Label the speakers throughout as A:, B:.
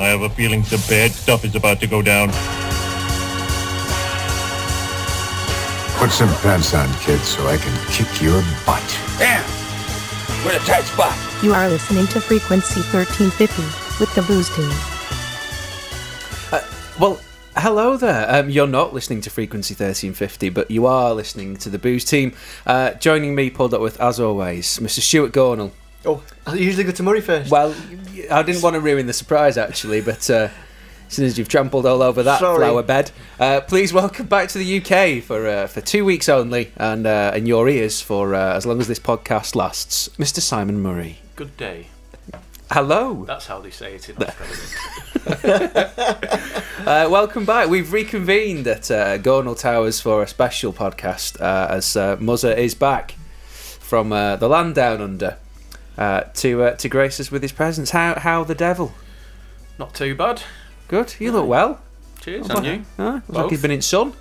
A: have a feeling some bad stuff is about to go down.
B: Put some pants on, kid, so I can kick your butt.
C: Damn! We're in a tight spot.
D: You are listening to Frequency 1350 with the Booze Team.
E: Well, hello there. Um, you're not listening to Frequency 1350, but you are listening to the Booze Team. Uh, joining me, pulled up with, as always, Mr. Stuart Gornall.
F: Oh, I usually go to Murray first.
E: Well, I didn't want to ruin the surprise, actually, but uh, as soon as you've trampled all over that
F: Sorry.
E: flower bed, uh, please welcome back to the UK for uh, for two weeks only, and uh, in your ears for uh, as long as this podcast lasts, Mr. Simon Murray.
G: Good day.
E: Hello.
G: That's how they say it in Australia.
E: Uh, welcome back. We've reconvened at uh, Gornal Towers for a special podcast uh, as uh, Muzza is back from uh, the land down under uh, to uh, to grace us with his presence. How how the devil?
G: Not too bad.
E: Good. You look well.
G: Cheers. And you?
E: Huh? Looks like
G: Both.
E: you've been in sun.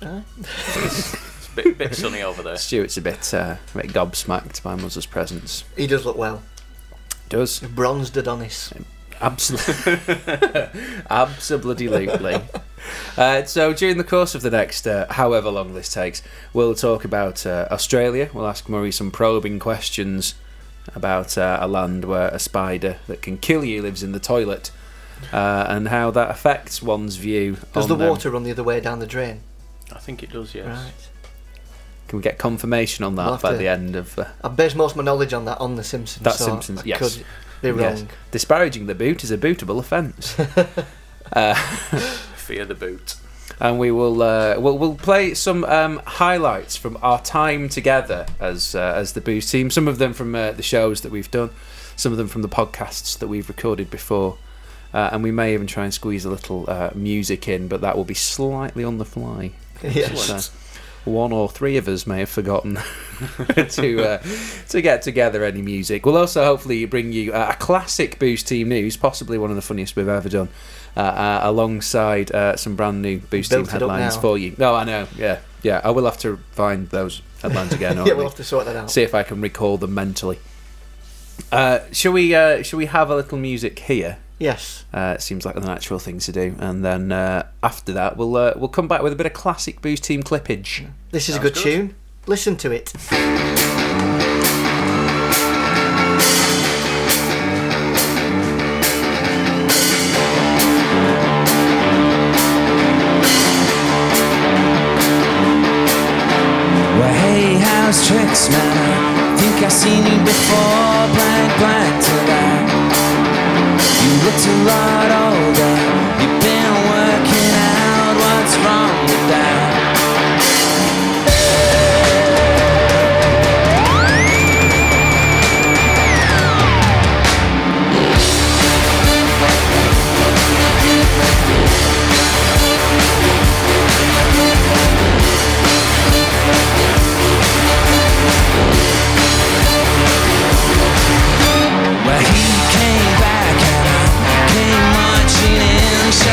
G: It's a bit, bit sunny over there.
E: Stuart's a bit uh, a bit gobsmacked by Muzza's presence.
F: he does look well.
E: Does
F: Bronzed Adonis.
E: absolutely, absolutely. Uh, so during the course of the next, uh, however long this takes, we'll talk about uh, Australia. We'll ask Murray some probing questions about uh, a land where a spider that can kill you lives in the toilet, uh, and how that affects one's view.
F: Does
E: on
F: the
E: them.
F: water run the other way down the drain?
G: I think it does, yes.
F: Right.
E: Can we get confirmation on that
F: We'll have
E: by
F: to-
E: the end of? Uh,
F: I base most of my knowledge on that on The Simpsons.
E: That
F: so
E: Simpsons,
F: I
E: yes.
F: could be wrong.
E: Yes. Disparaging the boot is a bootable offence.
G: Fear the boot.
E: and we will uh, we'll, we'll play some um, highlights from our time together as uh, as the Booze team. Some of them from uh, the shows that we've done, some of them from the podcasts that we've recorded before, uh, and we may even try and squeeze a little uh, music in, but that will be slightly on the fly.
F: Yes.
E: So one or three of us may have forgotten to uh, to get together any music. We'll also hopefully bring you uh, a classic Boost Team news, possibly one of the funniest we've ever done, uh, uh, alongside uh, some brand new Boost
F: Built it
E: Team
F: up
E: headlines
F: now.
E: for you. No, I know. Yeah, yeah. I will have to find those headlines again.
F: Yeah,
E: aren't
F: we'll
E: we?
F: have to sort that out.
E: See if I can recall them mentally. Uh, shall we? Uh, shall we have a little music here?
F: Yes.
E: Uh, it seems like the natural thing to do, and then uh, after that, we'll uh, we'll come back with a bit of classic Boost Team clippage.
F: This is a good, tune. Listen to it.
H: Well, hey, how's tricks, man? I think I've seen you before, blank, blank to that. You looked a lot older. You've been working out what's wrong with that. Well, he came back and I came on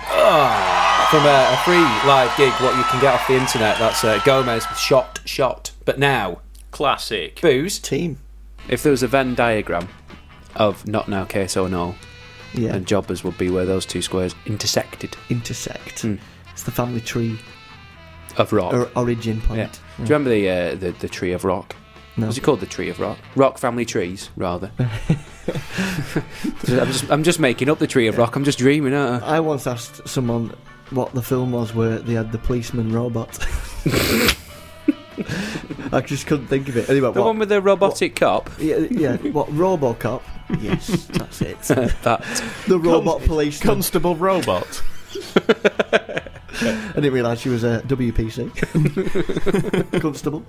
E: from a, a free live gig, what you can get off the internet. That's uh, Gomez with Shot Shot. But now,
G: Classic.
E: booze.
I: Team.
E: If there was a Venn diagram of Not Now, KSO, No,
I: Yeah.
E: and Jobbers would be where those two squares intersected
I: intersect.
E: Mm.
I: It's the family tree
E: of rock.
I: or origin point.
E: Yeah. Do you remember the, uh, the the tree of rock?
I: No.
E: Was it called the tree of rock? Rock family trees, rather. I'm just I'm just making up the tree of rock. I'm just dreaming, aren't I?
I: I once asked someone what the film was where they had the policeman robot. I just couldn't think of it. Anyway,
E: The
I: what?
E: one with the robotic cop.
I: yeah, yeah, what? Robocop? Yes, that's it.
E: That
I: The robot policeman.
J: Constable Robot.
I: I didn't realise she was a WPC. Constable.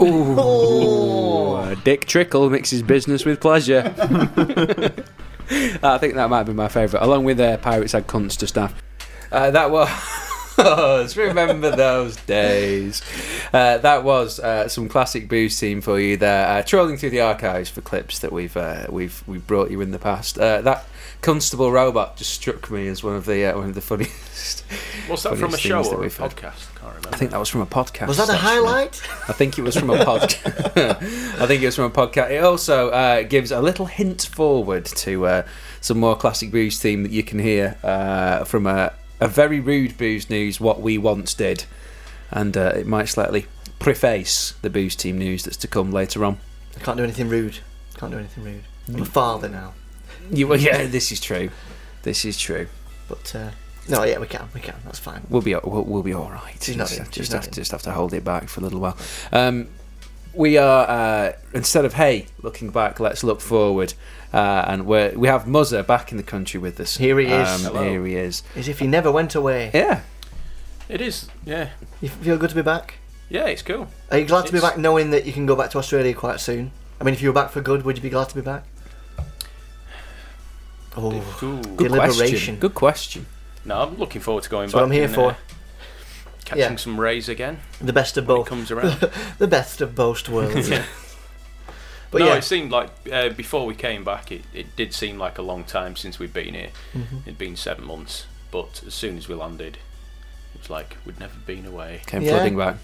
E: Ooh. Uh, Dick Trickle mixes business with pleasure. I think that might be my favourite, along with uh, Pirates Had Cunts to Staff. Uh, that was. Remember those days. Uh, that was uh, some classic booze scene for you there. Uh, trolling through the archives for clips that we've uh, we've we brought you in the past. Uh, that constable robot just struck me as one of the uh, one of the funniest.
G: Was that
E: Funniest
G: from a show
E: things that
G: or a
E: we've had.
G: podcast? Can't remember.
E: I think that was from a podcast.
I: Was that a
E: actually.
I: highlight?
E: I think it was from a podcast. I think it was from a podcast. It also uh, gives a little hint forward to uh, some more classic booze theme that you can hear uh, from a, a very rude booze news. What we once did, and uh, it might slightly preface the booze team news that's to come later on.
I: I can't do anything rude. Can't do anything rude. I'm a father now,
E: You, well, yeah, this is true. This is true.
I: but uh, no, yeah, we can, we can. That's fine.
E: We'll be we'll, we'll be all right.
I: She's not
E: Just,
I: in.
E: just
I: She's
E: have
I: not
E: to
I: in.
E: just have to hold it back for a little while. Um, we are uh, instead of hey looking back, let's look forward, uh, and we we have Muzza back in the country with us.
I: Here he is.
E: Um,
I: Hello.
E: here he is.
I: As if he never went away.
E: Yeah.
G: It is. Yeah.
I: You feel good to be back?
G: Yeah, it's cool.
I: Are you glad to be
G: It's-
I: back knowing that you can go back to Australia quite soon? I mean, if you were back for good, would you be glad to be back? Oh,
G: Cool.
E: Good question.
I: Deliberation.
E: Good question.
G: No, I'm looking forward to going
I: that's
G: back.
I: what I'm here
G: and,
I: for.
G: uh, catching
I: Yeah.
G: some rays again
I: The best of
G: when it
I: both.
G: comes around.
I: The best of both worlds.
G: Yeah.
I: But
G: no,
I: yeah,
G: it seemed like uh, before we came back, it, it did seem like a long time since we'd been here.
I: Mm-hmm.
G: It'd been seven months, but as soon as we landed, it was like we'd never been away.
E: Came
I: Yeah.
E: flooding back.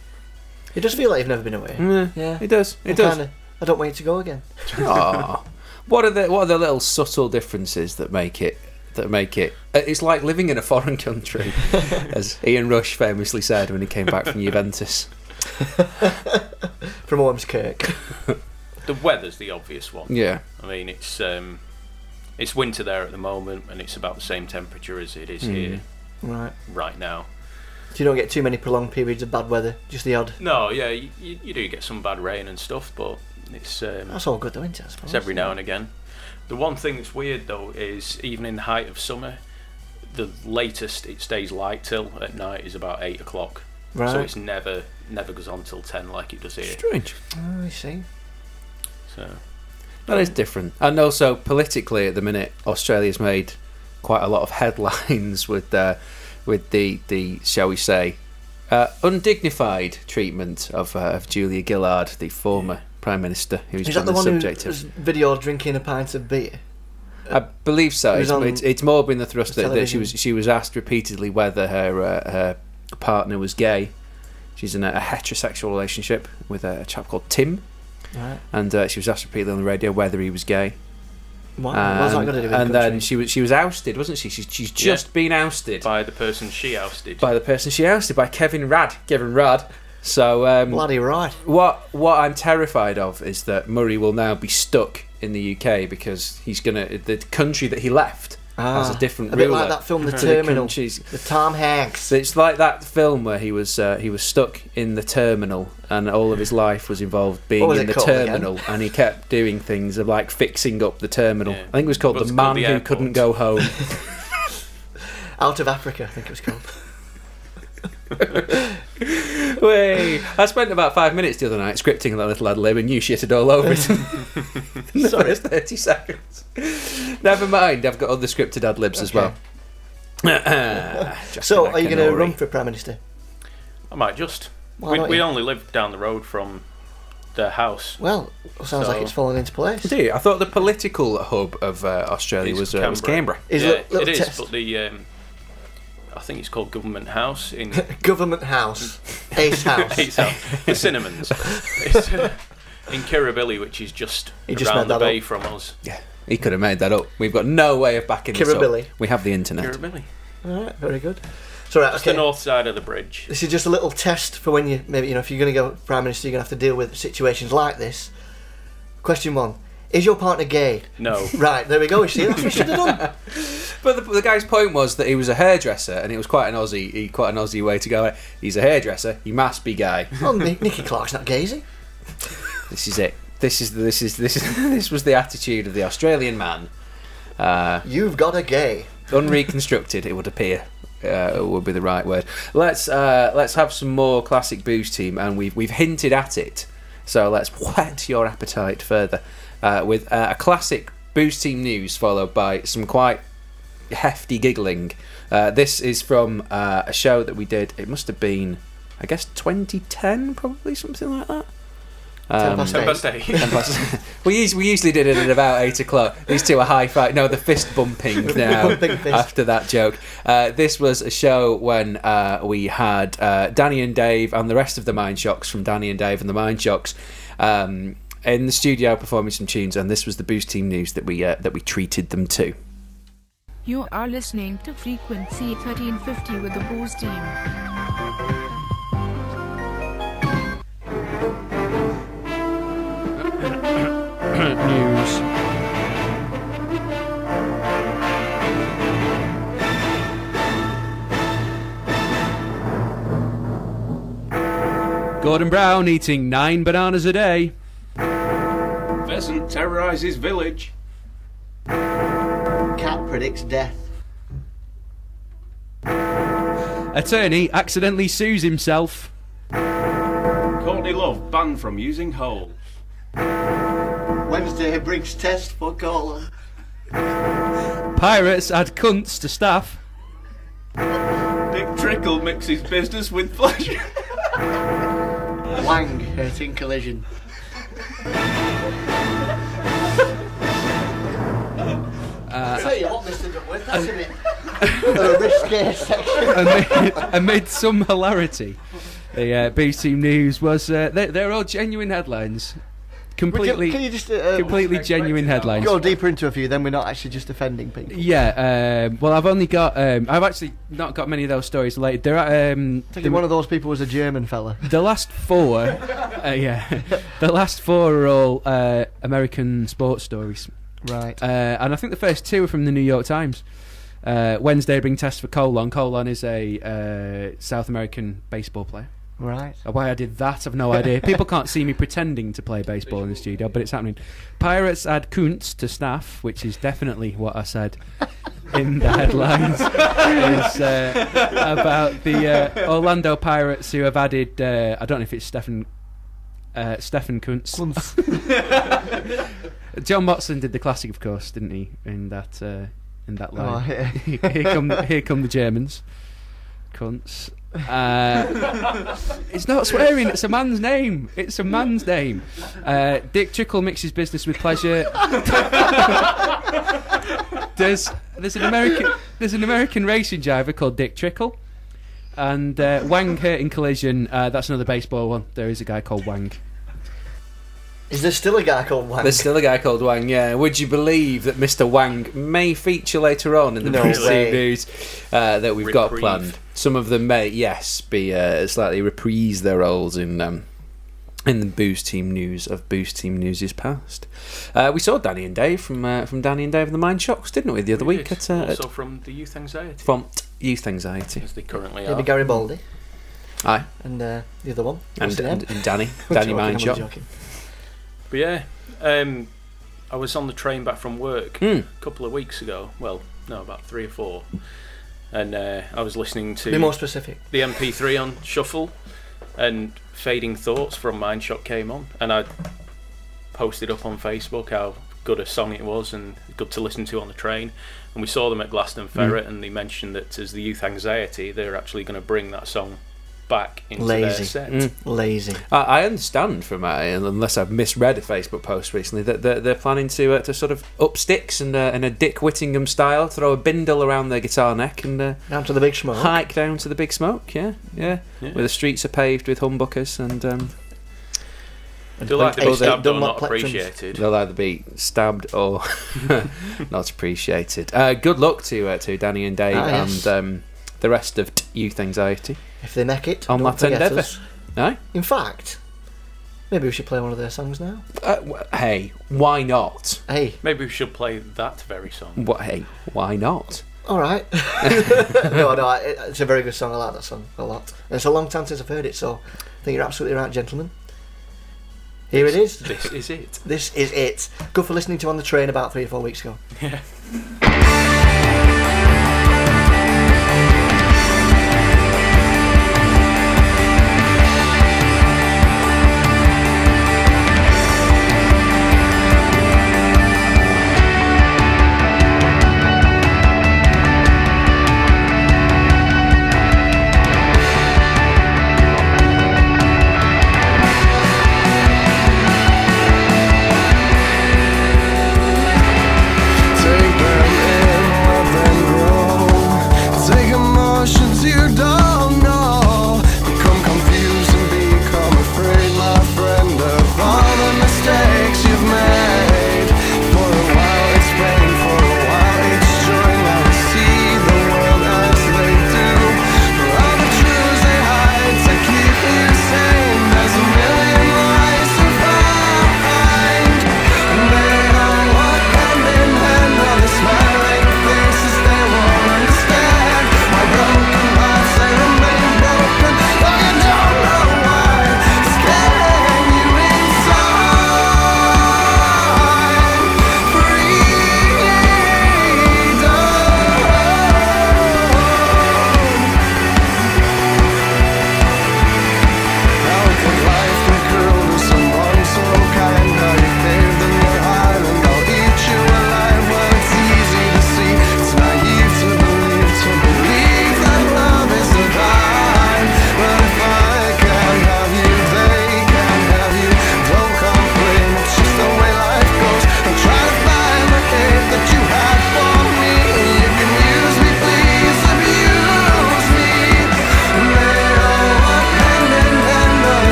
I: it does feel like you've never been away.
E: Mm. Yeah.
I: Yeah.
E: It does. It
I: I
E: does.
I: kinda- I don't want you to go again.
E: Aw. what are the what are the little subtle differences that make it that make it? uh, It's like living in a foreign country, as Ian Rush famously said when he came back from Juventus.
I: From Orms Kirk.
G: The weather's the obvious one.
E: Yeah.
G: I mean, it's um, it's winter there at the moment, and it's about the same temperature as it is
I: Mm.
G: here
I: right.
G: right now.
I: So you don't get too many prolonged periods of bad weather, just the odd.
G: No, yeah, you, you, you do get some bad rain and stuff, but it's um,
I: That's all good though, isn't it? I suppose.
G: it's every now and again. The one thing that's weird though is even in the height of summer, the latest it stays light till at night is about eight o'clock.
I: Right.
G: So it's never never goes on till ten like it does here.
E: Strange.
I: Oh, I see.
G: So
E: That is different. And also, politically, at the minute, Australia's made quite a lot of headlines with uh, with the, the, shall we say, uh, undignified treatment of, uh, of Julia Gillard, the former Prime Minister, who's
I: Is
E: been
I: that
E: the,
I: the one who
E: subject
I: was
E: of.
I: video drinking a pint of beer?
E: I believe so.
I: who's
E: It's,
I: on
E: it's, it's more been the thrust that, that she
I: television?
E: was she was asked repeatedly whether her uh, her partner was gay. She's in a, a heterosexual relationship with a, chap called Tim,
I: Right.
E: and uh, she was asked repeatedly on the radio whether he was gay.
I: Why?
E: Um,
I: What's that got to do with the
E: and then
I: country?
E: she was she was ousted, wasn't she? She's, she's
G: Yeah.
E: just been ousted by,
G: by the person she ousted.
E: the person she ousted by Kevin Rudd. Kevin Rudd. So um,
I: Bloody right.
E: what what I'm terrified of is that Murray will now be stuck in the UK because he's gonna the country that he left has a different
I: Ah. bit
E: ruler
I: like that film, The
E: to the
I: Terminal,
E: countries-
I: with Tom Hanks.
E: So it's like that film where he was uh, he was stuck in the terminal and all of his life was involved being
I: What was
E: in
I: it
E: the
I: called again?
E: terminal and he kept doing things of like fixing up the terminal.
G: Yeah.
E: I think it was called
G: What's
E: The
G: it
E: Man
G: called? The
E: Who
G: Airport.
E: Couldn't Go Home.
I: Out of Africa, I think it was called.
E: Way. I spent about five minutes the other night scripting that little ad lib and you shitted all over it in the first 30 seconds. Never mind, I've got other scripted ad libs as well. Just
I: so,
E: like
I: are you
E: an
I: going to
E: Ori.
I: run for Prime Minister?
G: I might just.
I: Why
G: We,
I: not
G: we
I: you?
G: only lived down the road from the house.
I: Well, sounds like
G: So-
I: it's fallen into place.
E: Indeed, I thought the political hub of uh, Australia
G: Is
E: was, uh, was Canberra.
I: Is
G: yeah,
I: it- little
G: it is,
I: test?
G: but the um, I think it's called Government House in
I: Government House, Ace House.
G: It's, uh, the Cinnamons. It's, uh, in Kirribilli, which is just
I: He just
G: around
I: made
G: the
I: that
G: bay
I: up.
G: from us.
E: He could have made that up. We've got no way of backing this up.
I: Kirribilli.
E: We have the internet.
G: Kirribilli.
I: All right, very good. So right,
G: That's
I: okay.
G: the north side of the bridge.
I: This is just a little test for when you maybe you know if you're going to go prime minister, you're going to have to deal with situations like this. Question one: Is your partner gay?
G: No.
I: Right, there we go. You see, that's what we should have done.
E: But the, the guy's point was that he was a hairdresser, and it was quite an Aussie, he- quite an Aussie way to go. eh? He's a hairdresser. He must be gay.
I: Well, Oh, Ni- Nicky Clark's not gay, is he?
E: This is it. This is this is this is this was the attitude of the Australian man. Uh,
I: You've got a gay.
E: unreconstructed, it would appear, uh, would be the right word. Let's uh, let's have some more classic booze team, and we've we've hinted at it. So let's whet your appetite further uh, with uh, a classic booze team news, followed by some quite hefty giggling. Uh, this is from uh, a show that we did. It must have been, I guess, 2010, probably something like that.
I: Ten past
G: Ten
I: eight.
G: past eight.
E: And plus- we, us- we usually did it at about eight o'clock. These two are high five. No, the fist bumping now
I: Bumping fist.
E: after that joke. Uh, this was a show when uh, we had uh, Danny and Dave and the rest of the Mind Shocks from Danny and Dave and the Mind Shocks um, in the studio performing some tunes, and this was the Boost Team news that we uh, that we treated them to.
K: You are listening to Frequency 1350 with the Booze Team.
F: News.
E: Gordon Brown eating nine bananas a day.
C: Pheasant terrorizes village.
I: Cat predicts death.
E: Attorney accidentally sues himself.
C: Courtney Love banned from using hole.
I: Wednesday brings test for colon.
E: Pirates add cunts to staff.
C: Dick Trickle mixes business with pleasure.
I: Wang hurting collision.
E: Uh,
I: Tell you what, Mr. Duckworth, that's in it. The risque
E: amid,
I: section.
E: amid some hilarity. The uh, B Team News was uh, they're, they're all genuine headlines, completely
I: Can you just uh,
E: completely genuine headlines.
I: go deeper into a few? Then we're not actually just offending people.
E: Yeah, um, well, I've only got um, I've actually not got many of those stories related. There are um, the,
I: One of those people was a German fella.
E: the last four, uh, yeah, the last four are all uh, American sports stories,
I: Right.
E: uh, and I think the first two are from the New York Times. Uh, Wednesday bring test for Colon. Colon is a uh, South American baseball player.
I: Right.
E: Why I did that, I've no idea. People can't see me pretending to play baseball in the studio, but it's happening. Pirates add Kuntz to staff, which is definitely what I said in the headlines. is, uh, about the uh, Orlando Pirates who have added, uh, I don't know if it's Stefan. Uh, Stefan Kuntz. John Motson did the classic, of course, didn't he? In that uh, in that line.
I: Oh, yeah.
E: here come here come the Germans, cunts. Uh, it's not swearing. It's a man's name. It's a man's name. Uh, Dick Trickle mixes business with pleasure. there's there's an American there's an American racing driver called Dick Trickle, and uh, Wang hurting collision. Uh, that's another baseball one. There is a guy called Wang.
I: Is there still a guy called Wang?
E: There's still a guy called Wang, yeah. Would you believe that Mr. Wang may feature later on in the
I: No
E: Bruce Lee
I: way.
E: news uh, that we've got
G: Reprieve.
E: planned? Some of them may, yes, be uh, slightly reprise their roles in um, in the Boost Team news of Boost Team News is past. Uh, we saw Danny and Dave from uh, from Danny and Dave and the Mind Shocks, didn't we, the other
G: We
E: week
G: did.
E: at, uh,
G: also
E: at
G: from the Youth Anxiety,
E: Prompt Youth Anxiety?
G: as they currently
I: Maybe
G: are.
I: Garibaldi
E: Aye,
I: and uh, the other one.
E: and,
I: What's her name?
E: and, and Danny,
I: I'm
E: Danny
I: joking,
E: Mind
I: I'm
E: Shock.
I: joking.
G: But yeah, um, I was on the train back from work
E: Hmm.
G: a couple of weeks ago. Well, no, about three or four. And uh, I was listening to
I: Be more specific.
G: the MP3 on shuffle, and Fading Thoughts from Mindshot came on, and I posted up on Facebook how good a song it was and good to listen to on the train. And
E: Mm.
G: we saw them at Glastonbury, and they mentioned that as the Youth Anxiety, they're actually going to bring that song back into
I: Lazy.
G: their set.
E: Mm.
I: Lazy.
E: I, I understand from uh, unless I've misread a Facebook post recently that they're, they're planning to uh, to sort of up sticks and uh, in a Dick Whittingham style, throw a bindle around their guitar neck and uh,
I: Down to the big smoke.
E: hike down to the big smoke. Yeah, yeah,
G: Yeah.
E: where the streets are paved with humbuckers and um,
G: Do you like the
I: Eight-
G: big stabbed
I: eight
G: or
I: Dunlop
G: not
I: plectrums.
G: appreciated?
E: they'll either be stabbed or not appreciated. Uh, good luck to uh, to Danny and Dave
I: Ah, yes.
E: and um, the rest of t- Youth Anxiety
I: If they make it,
E: on
I: don't
E: that
I: forget
E: endeavour.
I: us.
E: No,
I: In fact, maybe we should play one of their songs now.
E: uh, w- hey, why not?
I: Hey,
G: Maybe we should play that very song.
E: What? Hey, why not?
I: all right. no, no, I- it's a very good song. I like that song a lot. And it's a long time since I've heard it, so I think you're absolutely right, gentlemen. Here it is.
G: This is it.
I: This is it. Good for listening to on the train about three or four weeks ago.
B: Take back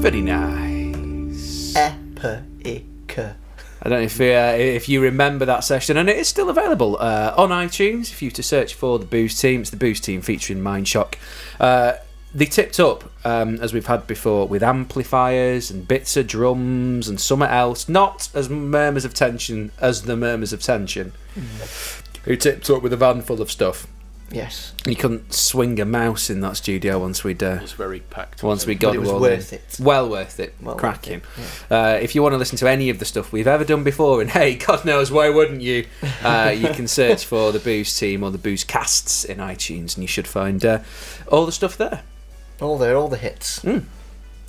E: Very nice.
I: Epic.
E: I don't know if uh, if you remember that session, and it is still available uh, on iTunes. If you to search for the Boost Team, it's the Boost Team featuring Mindshock. Uh, they tipped up um, as we've had before with amplifiers and bits of drums and something else. Not as murmurs of tension as the murmurs of tension. Who tipped up with a van full of stuff?
I: Yes.
E: You couldn't swing a mouse in that studio once we'd uh,
G: It was very packed.
E: once we got
I: it was
E: all
I: worth
E: in.
I: it.
E: Well worth it.
I: Well worth
E: Cracking.
I: it,
E: Uh, if you want to listen to any of the stuff we've ever done before, and hey, God knows why wouldn't you? Uh, you can search for the Booze Team or the Booze Casts in iTunes, and you should find uh, all the stuff there.
I: All there, all the hits.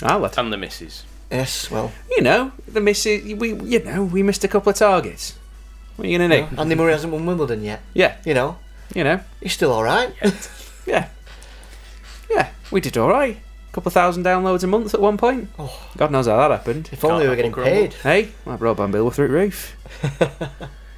E: Ah, lad.
G: and the misses.
I: Yes, well.
E: You know the misses. We you know we missed a couple of targets. What are you gonna do?
I: Andy Murray hasn't won Wimbledon yet.
E: Yeah,
I: You know,
E: you know.
I: he's still alright.
E: Yeah. Yeah, we did all right. A couple of thousand downloads a month at one point.
I: Oh.
E: God knows how that happened.
I: If only we were getting
G: Can't have a
I: paid.
E: Hey, my broadband bill were through the roof.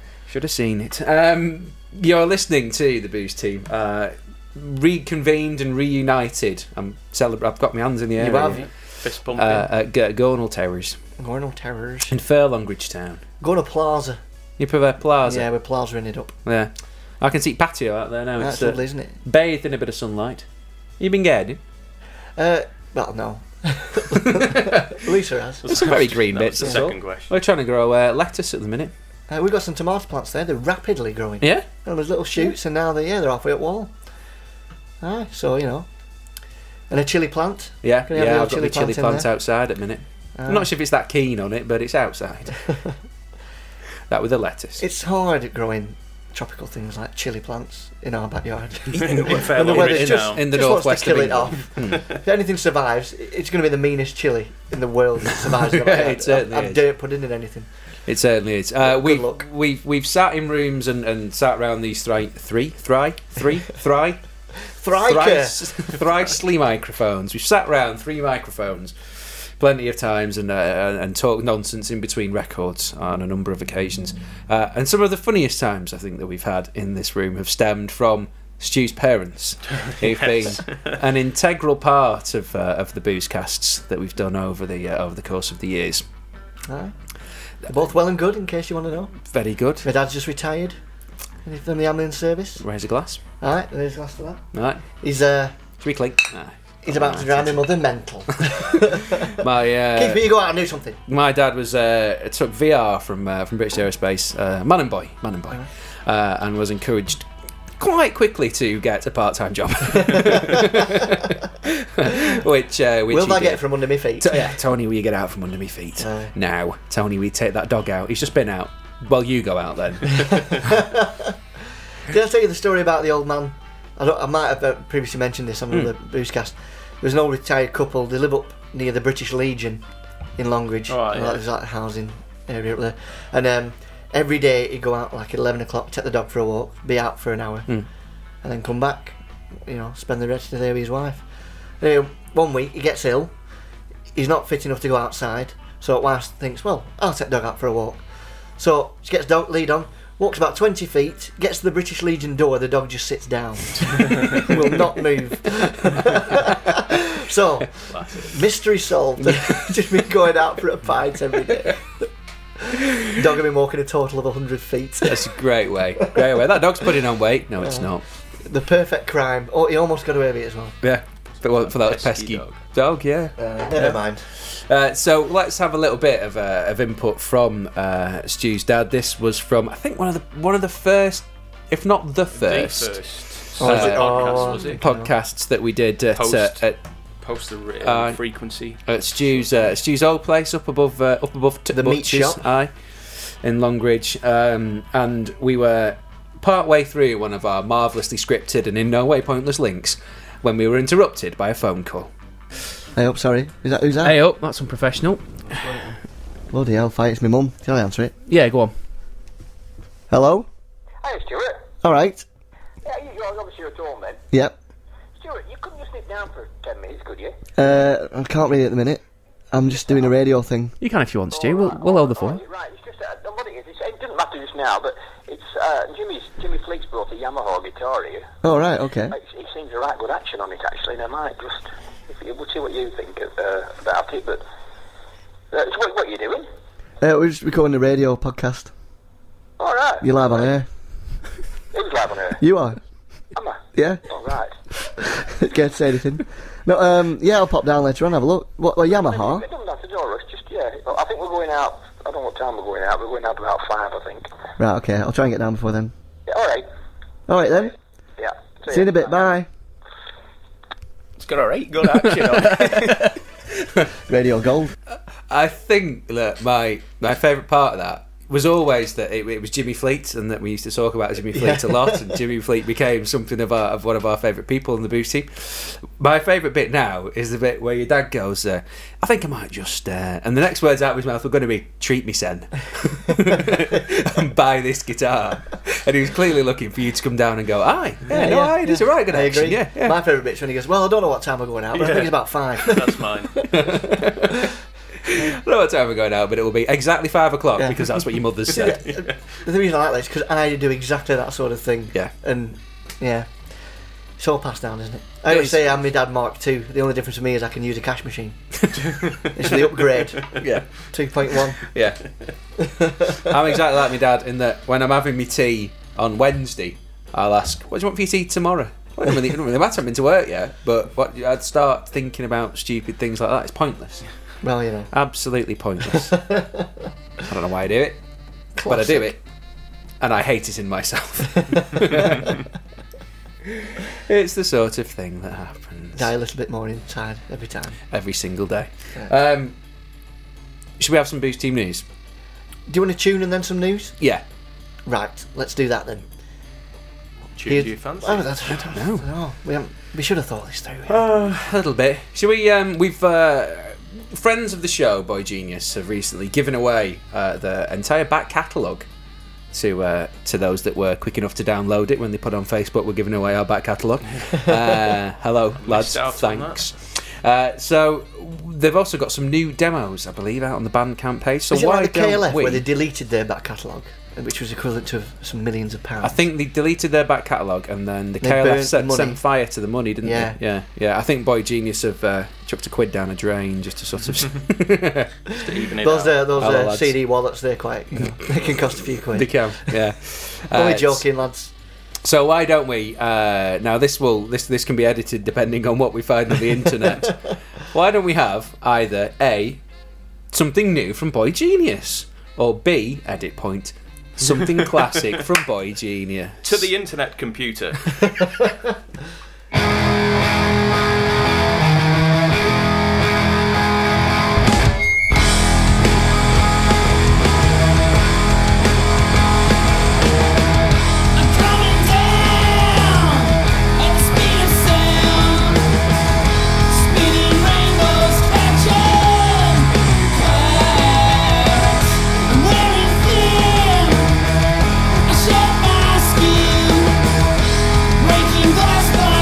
E: Should have seen it. Um, you're listening to the Boost Team. Uh, reconvened and reunited. I'm celebra- I've got my hands in the air.
I: You have.
E: here.
G: Fist
E: Uh,
G: pumping.
E: at G- Gornal Terrace
I: Gornal Terrors.
E: in Furlongridge Town.
I: Go to Plaza.
E: You prefer
I: Yeah,
E: Plaza?
I: we're plazaing it up.
E: Yeah. I can see patio out there now.
I: That's
E: it's uh,
I: lovely, isn't it?
E: bathed in a bit of sunlight. You been getting?
I: Uh, well, no. Lisa has.
E: It's a very green
G: that
E: bit.
G: was the
E: that's all.
G: second question.
E: We're trying to grow uh, lettuce at the minute.
I: Uh, we've got some tomato plants there. They're rapidly growing.
E: Yeah.
I: And there's little shoots, and now they're yeah, they're halfway up wall. Aye, so you know, and a chili plant.
E: Yeah,
I: Can you have
E: yeah,
I: your
E: I've got
I: chilli
E: the chili
I: plant in
E: plant
I: there?
E: outside at the minute. I'm
I: Uh,
E: not sure if it's that keen on it, but it's outside. that with the lettuce.
I: It's hard growing tropical things like chili plants in our backyard.
G: In
I: and the
G: Fairlong
I: weather's
G: Ridge
I: just,
G: now.
E: In the
I: just
E: northwest
I: wants to
E: of
I: kill it
E: England.
I: off. if anything survives, i- it's going to be the meanest chili in the world that survives. in our
E: It
I: backyard.
E: certainly
I: I, I
E: is.
I: dare put in it anything.
E: It certainly is. Uh,
I: Good
E: we've,
I: luck.
E: we've we've sat in rooms and, and sat round these thri- three, thri- three, thri-
I: Thriker.
E: thrice, thricely microphones. We've sat round three microphones plenty of times and uh, and- and talked nonsense in between records on a number of occasions. Uh, and some of the funniest times I think that we've had in this room have stemmed from Stu's parents, who've been an integral part of uh, of the booze casts that we've done over the uh, over the course of the years.
I: Aye. They're both well and good, in case you want to know.
E: Very good.
I: My dad's just retired from the- from the ambulance service.
E: Raise a glass.
I: All right, there's last of that.
E: All right.
I: He's uh,
E: Should we clink? Nah.
I: he's about to drown my mother mental.
E: My
I: Keith,
E: uh,
I: will you go out and do something?
E: my dad was uh, took VR from uh, from British Aerospace, uh, man and boy, man and boy,
I: Uh-huh.
E: uh, and was encouraged quite quickly to get a part time job, which uh, which
I: Will
E: he
I: that
E: did.
I: get Uh. from under my feet?
E: T- yeah, Tony, will you get out from under me feet
I: Aye.
E: now? Tony, we take that dog out. He's just been out. Well, you go out then.
I: Did I tell you the story about the old man? I, don't, I might have uh, previously mentioned this on
G: Hmm.
I: the boostcast. There's an old retired couple. They live up near the British Legion in Longridge.
G: Oh, right,
I: Like,
G: yeah.
I: There's that housing area up there, and um, every day he'd go out like at eleven o'clock, take the dog for a walk, be out for an hour,
G: Hmm.
I: and then come back. You know, spend the rest of the day with his wife. Anyway, one week he gets ill. He's not fit enough to go outside, so wife thinks, well, I'll take the dog out for a walk. So she gets dog lead on, walks about 20 feet, gets to the British Legion door, the dog just sits down. Will not move. so, mystery solved. just been going out for a pint every day. Dog had been walking a total of 100 feet.
E: That's a great way. Great way. That dog's putting on weight. No,
I: Uh.
E: it's not.
I: The perfect crime. Oh, he almost got away with it as well.
E: Yeah. But well, for that
G: Pesky
E: pesky
G: dog.
E: dog, yeah.
I: Never mind.
E: Uh, so let's have a little bit of, uh, of input from uh, Stu's dad. This was from I think one of the one of the first, if not the
G: The
E: first,
G: first
I: Oh,
E: is it-
G: podcast, was it?
E: podcasts that we did at, uh,
G: Post.
E: at,
G: Post the written
E: Uh,
G: frequency.
E: at Stu's uh, Stu's old place up above uh, up above t-
I: The meat
E: Butch's,
I: shop.
E: aye, in Longridge, um, and we were part way through one of our marvelously scripted and in no way pointless links when we were interrupted by a phone call.
I: Hey up, sorry. Is that who's that?
E: Hey up, that's unprofessional.
I: Bloody hell, fight, it's my mum. Can I answer it?
E: Yeah, go on.
I: Hello?
L: Hey, Stuart.
I: Alright.
L: Yeah, you, you're obviously at home then.
I: Yep.
L: Stuart, you couldn't just sit down for 10 minutes, could you?
I: Uh, I can't read it at the minute. I'm just doing a radio thing.
E: You can if you want, Stu. We'll, we'll hold the phone.
L: Right, Right, it's just uh, what it is. It's, it doesn't matter just now, but it's uh, Jimmy's, Jimmy Fleek's brought a Yamaha guitar here.
I: All right, okay.
L: It, it seems a right good action on it, actually, and I might just, if We'll see what you think of, uh, about it. But uh, so what, what are you doing?
F: Uh, we're just recording a radio podcast.
L: All right.
F: You're live on air.
L: Who's live on air?
F: You are.
L: Am I?
F: Yeah.
L: All right.
F: Can't say anything. No. Um. Yeah, I'll pop down later on. Have a look. What? Well, Yamaha.
L: It doesn't matter, Doris. Just yeah. I think we're going out. I don't know what time we're going out. We're going out about five, I think.
F: Right. Okay. I'll try and get down before then.
L: Yeah, all right.
F: All right then.
L: Yeah.
F: See you in a bit. Bye.
G: It's got alright, good action on
F: Radio Gold.
E: I think that my my favourite part of that was always that it, it was Jimmy Fleet and that we used to talk about Jimmy Fleet a
F: Yeah.
E: lot. And Jimmy Fleet became something of, our, of one of our favourite people in the booth team. My favourite bit now is the bit where your dad goes, uh, I think I might just. Uh, and the next words out of his mouth were going to be, Treat me, son. and buy this guitar. And he was clearly looking for you to come down and go, Aye, yeah, no, aye, it is a right good
I: I
E: action.
I: agree.
E: Yeah, yeah.
I: My favourite bit's when he goes, Well, I don't know what time we're going out, but I
E: Yeah.
I: think it's about five.
G: That's mine.
E: I don't know what time we're going out, but it will be exactly five o'clock
I: Yeah.
E: because that's what your mother's said.
I: The reason I like this because I do exactly that sort of thing.
E: Yeah.
I: And yeah, it's all passed down, isn't it? I
E: It
I: always
E: is.
I: say I'm my dad Mark Two. The only difference for me is I can use a cash machine. it's the upgrade.
E: Yeah.
I: Two point one.
E: Yeah. I'm exactly like my dad in that when I'm having my tea on Wednesday, I'll ask, What do you want for your tea tomorrow? Well, it, doesn't really, it doesn't really matter, I'm into work yet. But what I'd start thinking about stupid things like that. It's pointless.
I: Well, you know.
E: Absolutely pointless. I don't know why I do it, but I do it. And I hate it in myself. it's the sort of thing that happens.
I: Die a little bit more inside every time.
E: every single day.
I: Yeah.
E: Um, should we have some Boost Team news?
I: Do you want to tune and then some news?
E: Yeah.
I: Right. Let's do that then.
G: Tune do you fancy?
I: Oh, that's, I don't know. We, haven't- we should have thought this through.
E: a little bit. Should we? Um, we've uh, friends of the show, Boy Genius, have recently given away uh, the entire back catalogue to uh, to those that were quick enough to download it when they put on Facebook. We're giving away our back catalogue. uh, hello, lads.
G: out on
E: Thanks. Uh, so they've also got some new demos, I believe, out on the Bandcamp page. So
I: Is it
E: why
I: like the
E: don't
I: KLF
E: we?
I: where they deleted their back catalogue, which was equivalent to some millions of pounds?
E: I think they deleted their back catalogue and then the
I: They
E: KLF
I: burnt
E: set,
I: the money.
E: sent fire to the money, didn't
I: Yeah.
E: they? Yeah, yeah. I think Boy Genius have uh, chucked a quid down a drain just to sort of.
G: Even it
I: Those
G: out.
I: uh, those
E: Hello,
I: uh,
E: lads.
I: CD wallets, they're quite. You know, they can cost a few quid.
E: they can, yeah.
I: Only
E: Uh,
I: joking, lads.
E: So why don't we? Uh, now this will this this can be edited depending on what we find on the internet. why don't we have either a something new from Boy Genius or b edit point something classic from Boy Genius?
G: To the internet computer.
M: Breaking glass by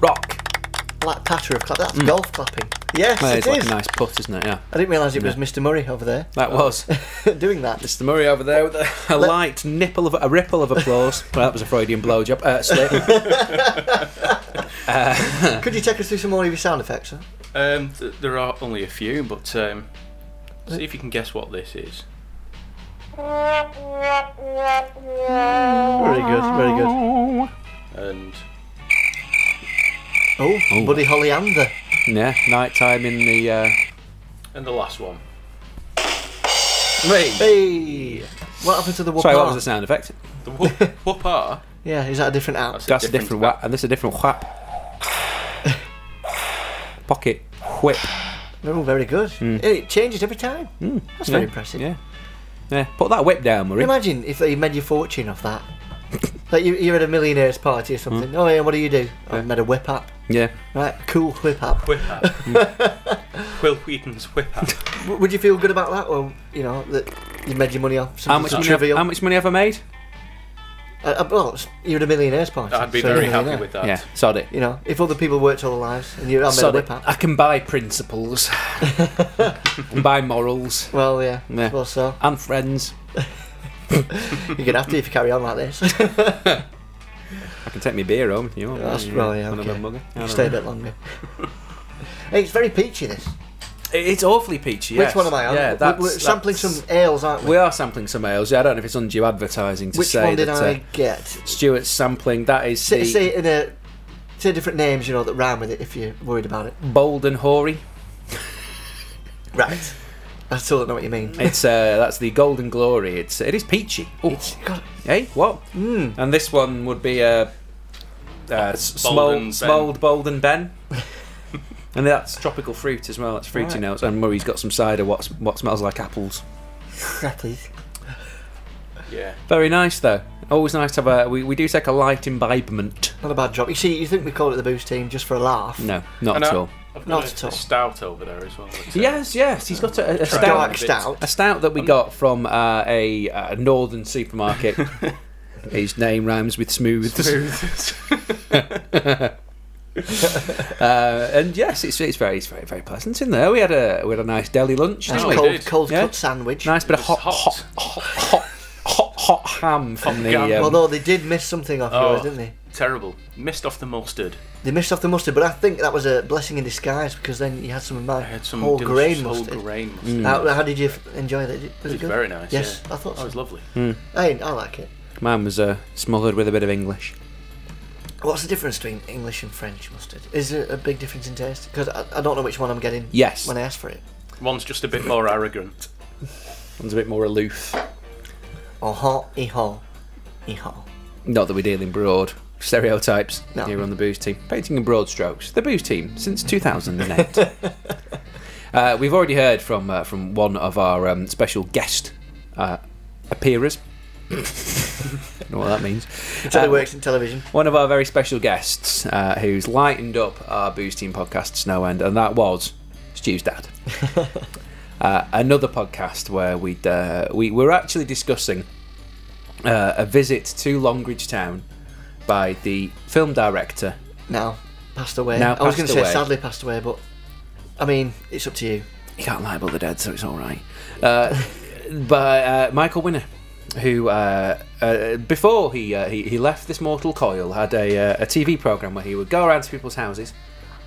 I: flat patter of clap. That's
E: Mm.
I: golf clapping. Yes,
E: Well,
I: it
E: it's like
I: is.
E: a nice putt, isn't it? Yeah.
I: I didn't realise it was
E: Yeah.
I: Mr. Murray over there.
E: That was
I: doing that.
E: Mr. Murray over there with a, a light nipple of a ripple of applause. well, that was a Freudian blowjob. Uh, slip. uh,
I: Could you take us through some more of your sound effects? Huh?
G: Um, th- there are only a few, but um, see if you can guess what this is.
I: Very good, very good.
G: And
I: Oh,
E: Oh.
I: Buddy Hollyander.
E: yeah, night time in the. Uh,
G: and the last one.
E: Hey.
I: Hey. What happened to the whoopar?
E: sorry, what was the sound effect?
G: The whoop, ah, whoopar.
I: Yeah, is that a different app?
E: That's a different whap, and this is a different whap. Pocket whip.
I: They're all very good.
E: Mm.
I: It changes every time.
E: Mm,
I: That's
E: yeah,
I: very impressive.
E: Yeah. Yeah. Put that whip down, Murray.
I: Imagine if you made your fortune off that. like you, you're at a millionaire's party or something.
E: Hmm.
I: Oh yeah, what do you do? I made a whip up.
E: Yeah.
I: Right, cool whip up.
G: Whip up. Will Wheaton's whip ah. up.
I: W- Would you feel good about that? Or you know that you made your money off
E: How
I: something
E: much,
I: so
E: money have,
I: trivial?
E: how much money have I made?
I: Uh, uh, well, it's- you're at a millionaire's party.
G: I'd be
I: so you're
G: very
I: a
G: happy
I: millionaire.
G: with that.
E: Yeah, sod it.
I: You know, if other people worked all their lives and you I made a
E: Sod
I: whip
E: it.
I: up.
E: I can buy principles and buy morals.
I: Well, yeah,
E: Yeah.
I: well so.
E: And friends.
I: You're gonna have to if you carry on like this.
E: I can take my beer home if you want.
I: That's right, yeah,
E: When I'm
I: okay.
E: a mugger. I
I: You
E: don't
I: stay a
E: know.
I: bit longer. hey, it's very peachy this.
E: It- It's awfully peachy.
I: Which
E: yes.
I: one am I on?
E: Yeah,
I: We-
E: that's,
I: we're sampling
E: that's-
I: some ales, aren't we?
E: We are sampling some ales. Yeah, I don't know if it's undue advertising to
I: Which
E: say
I: one did
E: that.
I: I
E: uh,
I: get?
E: Stuart's sampling. That is
I: Say,
E: the
I: say it in a say different names, you know, that rhyme with it if you're worried about it.
E: bold and hoary.
I: Right. I still don't know what you mean.
E: It's uh, that's the golden glory. It's it is peachy. Oh,
I: It's got
E: hey, what?
I: mm,
E: And this one would be uh, uh, s-
G: Bold
E: smold,
G: and
E: smold, bold and Ben. and that's tropical fruit as well. That's fruity
I: Right.
E: notes. And Murray's got some cider. What what smells like apples.
I: crappy.
G: Yeah.
E: Very nice though. Always nice to have a. We, we do take a light imbibement.
I: Not a bad job. You see, you think we called it the boost team just for a laugh.
E: No, not
G: And
E: at
G: I-
E: all.
G: I've got
I: Not
G: a,
I: at all.
G: a stout over there as well. that's, uh,
E: uh, Yes, yes. He's got a, a
G: Try
E: stout. Um,
I: Dark
G: Bit.
I: stout.
E: A stout that we got from uh, a, uh northern supermarket. His name rhymes with smooth. uh, and yes, it's, it's very it's very very pleasant in there. We had a we had a nice deli lunch.
I: Nice
E: Didn't we?
G: it
I: cold,
G: did.
I: cold
E: Yeah.
I: cut sandwich.
E: Nice bit of
G: It
E: hot
G: was
E: hot
G: hot.
E: hot hot hot hot ham from the.
G: gum.
E: Um,
I: Although they did miss something off
G: Oh.
I: yours, didn't they?
G: Terrible. Missed off the mustard.
I: They missed off the mustard, but I think that was a blessing in disguise because then you had some of my
G: I had some
I: whole
G: delicious
I: grain
G: whole
I: mustard.
G: grain mustard.
I: How, how did you f- enjoy that? Was
G: Mm. It was
I: good?
G: very nice.
I: Yes,
G: yeah.
I: I thought
G: That
I: so.
G: was lovely.
I: I, I like it.
E: mine was uh, smothered with a bit of English.
I: What's the difference between English and French mustard? Is there a big difference in taste? Because I, I don't know which one I'm getting
E: Yes.
I: when I ask for it.
G: One's just a bit more arrogant.
E: One's a bit more aloof.
I: Oh, ha, e ha, e ha.
E: Not that we're dealing broad stereotypes
I: No.
E: here on the Booze Team. Painting in broad strokes. The Booze Team since 2008. uh, we've already heard from uh, from one of our um, special guest uh, appearers. Don't know what that means.
I: So it
E: Um,
I: works in television.
E: one of our very special guests uh, who's lightened up our Booze Team podcast to no end, and that was Stu's dad. uh, another podcast where we'd, uh, we were actually discussing uh, a visit to Longridge Town by the film director.
I: Now, passed away.
E: Now
I: I was
E: passed
I: going to
E: away.
I: say sadly passed away, but I mean, it's up to you.
E: You can't lie about the dead, so it's all right. Uh, by uh, Michael Winner. Who, uh, uh, before he, uh, he he left this mortal coil, had a, uh, a TV program where he would go around to people's houses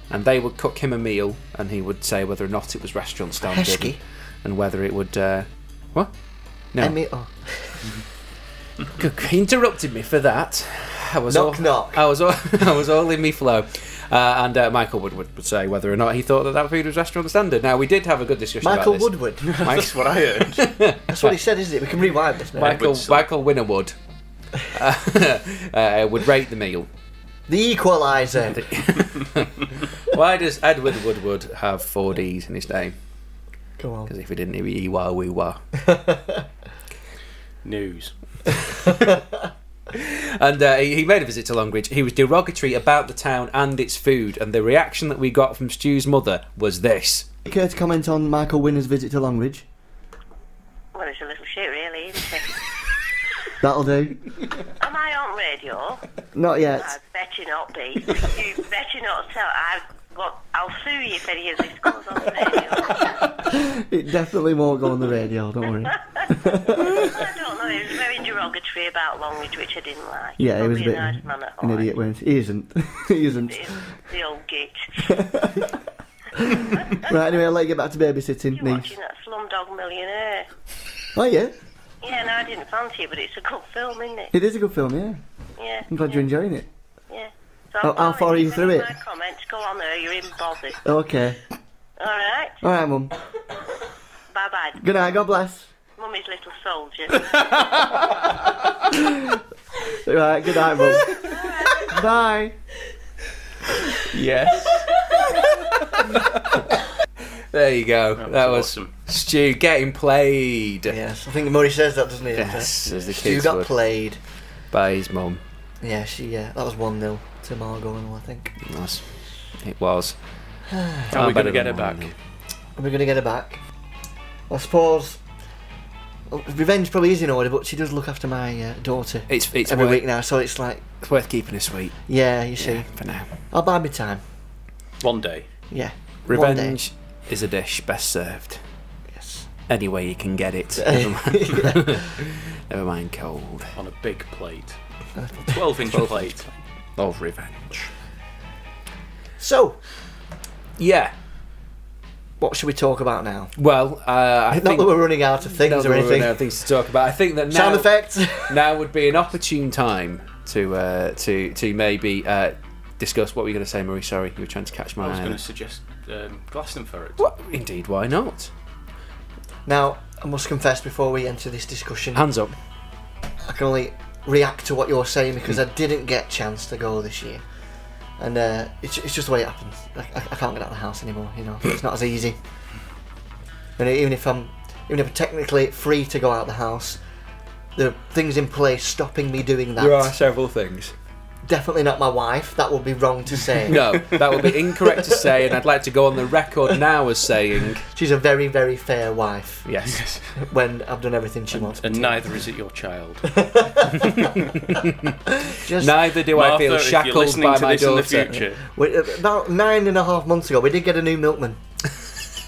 E: and they would cook him a meal, and he would say whether or not it was restaurant standard
I: Pesky.
E: and whether it would. Uh, what? No,
I: Emmy, oh,
E: Good- he interrupted me for that. I was
I: Knock,
E: all,
I: knock.
E: I was all, I was all in me flow, uh, and uh, Michael Woodward would say whether or not he thought that that food was restaurant standard. Now we did have a good discussion.
I: Michael
E: about this.
I: Woodward.
E: Mike-
G: That's what I heard.
I: That's what he said, isn't it? We can rewind
G: Uh,
I: this now.
E: Michael
G: Woodward.
E: Michael Winnerwood uh, uh, would rate the meal.
I: The Equalizer.
E: Why does Edward Woodward have four D's in his name?
I: Come on.
E: Because if he didn't, he'd be E Ewa Weewa.
G: News.
E: And uh, he he made a visit to Longridge. He was derogatory about the town and its food, and the reaction that we got from Stu's mother was this.
F: Care to comment on Michael Winner's visit to Longridge?
M: Well, it's a little shit, really, isn't it?
F: That'll do.
M: Am I on radio?
I: Not yet.
M: I bet you not be. You better not tell. I what? I'll sue you if any of this goes on the radio.
F: It definitely won't go on the radio. Don't worry.
M: I don't know. It was very derogatory about language, which I didn't like.
F: Yeah, he was a
M: Probably
F: bit
M: nice man at
F: an
M: heart.
F: idiot, weren't he? He isn't. he isn't.
M: The old git.
F: right, anyway, I'll let you get back to babysitting,
M: Watching
F: niece.
M: that Slumdog Millionaire.
F: Oh, yeah.
M: Yeah, no, I didn't fancy it, but it's a good film, isn't it?
F: It is a good film, yeah.
M: Yeah.
F: I'm glad you're enjoying it.
M: Yeah. So
F: How- how far are you through it?
M: My comments go on there. You're in bother.
F: Okay.
M: All right.
F: All right, Mum.
M: Bye bye.
F: Good night. God bless.
M: Mummy's little soldier.
F: Right, good night, Mum. Bye.
E: Yes. there you go. That was, Stu getting played.
I: Yes, I think Murray says that, doesn't he?
E: Yes, as the
I: Stu
E: kids
I: got
E: would.
I: played.
E: by his mum.
I: Yeah, she. Yeah, that was one 0 to Margot and all, I think.
E: Nice. It was.
G: Are we
E: Far
G: gonna
E: better
G: get
E: than
G: her
E: mine,
G: back?
I: Are we going to get her back? I suppose. well, Revenge probably is in order, but she does look after my uh, daughter.
E: It's it's
I: every
E: worth,
I: week now, so it's like
E: it's worth keeping a sweet.
I: yeah, you see.
E: for now.
I: I'll buy me time.
G: One day.
I: Yeah. One day.
E: Revenge is a dish best served.
I: Yes.
E: Any way you can get it.
I: Yeah.
E: Never mind. Never mind cold.
G: On a big plate. 12 inch
E: 12
G: plate.
E: Of revenge.
I: So,
E: yeah.
I: What should we talk about now?
E: Well, uh, I
I: Not
E: think
I: that we're running out of things
E: not that
I: or
E: we're running
I: anything.
E: out of things to talk about. I think that now,
I: Sound effects.
E: now would be an opportune time to uh, to to maybe uh, discuss what were you going to say, Marie. Sorry, you were trying to catch my
G: I was
E: eye
G: going to
E: there.
G: suggest um, Glastonbury.
E: What? Indeed, why not?
I: Now, I must confess before we enter this discussion.
E: Hands up.
I: I can only react to what you're saying because
E: Hmm.
I: I didn't get a chance to go this year. And uh, it's, it's just the way it happens. I, I, I can't get out of the house anymore, you know. It's not as easy. And even if I'm, even if I'm technically free to go out the house, there are things in place stopping me doing that.
E: several things.
I: Definitely not my wife. That would be wrong to say.
E: No, that would be incorrect to say, and I'd like to go on the record now as saying
I: She's a very, very fair wife.
E: yes.
I: When I've done everything she wants.
G: And neither is it your child.
I: Just-
E: Neither do I feel
G: Martha, if you're
E: shackled
G: listening
E: by
G: to
E: my
G: this in the
E: daughter.
G: future-
I: We, about nine and a half months ago, we did get a new milkman.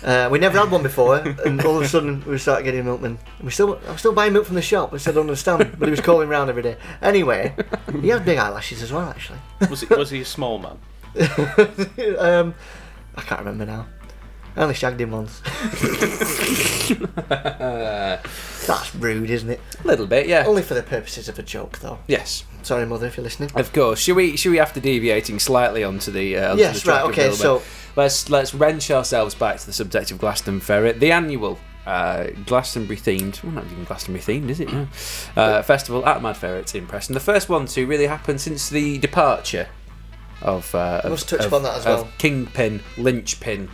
I: Uh, we never had one before, and all of a sudden we started getting a milkman. And we still, I was still buying milk from the shop, which I don't understand, but he was calling round every day. Anyway, he has big eyelashes as well, actually.
G: Was, it, was he a small man?
I: um, I can't remember now. I only shagged him once. That's rude, isn't it?
E: A little bit, yeah.
I: Only for the purposes of a joke, though.
E: Yes.
I: Sorry, mother, if you're listening.
E: Of course. Should we? Should we? After deviating slightly onto the uh, onto
I: Yes,
E: the track
I: right,
E: of
I: okay,
E: Wilbur,
I: so-
E: let's let's wrench ourselves back to the subject of Glastonbury, the annual uh, Glastonbury themed, well, not even Glastonbury themed, is it? No. Uh, festival at Mad Ferret in Preston, the first one to really happen since the departure of. Uh, of
I: Must touch
E: of-
I: upon that as
E: of
I: well.
E: Kingpin, Lynchpin,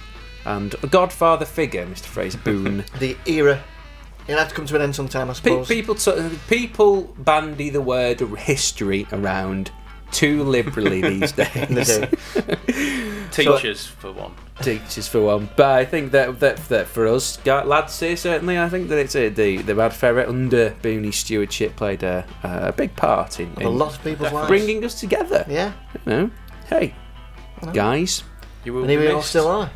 E: and Godfather figure, Mr. Fraser Boone.
I: The era. It'll have to come to an end sometime, I
E: Pe-
I: suppose.
E: people t- people bandy the word history around too liberally these days.
G: Teachers, for one.
E: Teachers for one, but I think that that, that for us ga- lads here, certainly, I think that it's uh, the the Mad Ferret under Booney's stewardship played a, a big part in,
I: Of a
E: in
I: lot of people's lives.
E: bringing us together.
I: Yeah.
E: You know, hey,
I: I know.
E: guys,
G: You will
I: and here
G: be
I: we all
G: missed.
I: still are.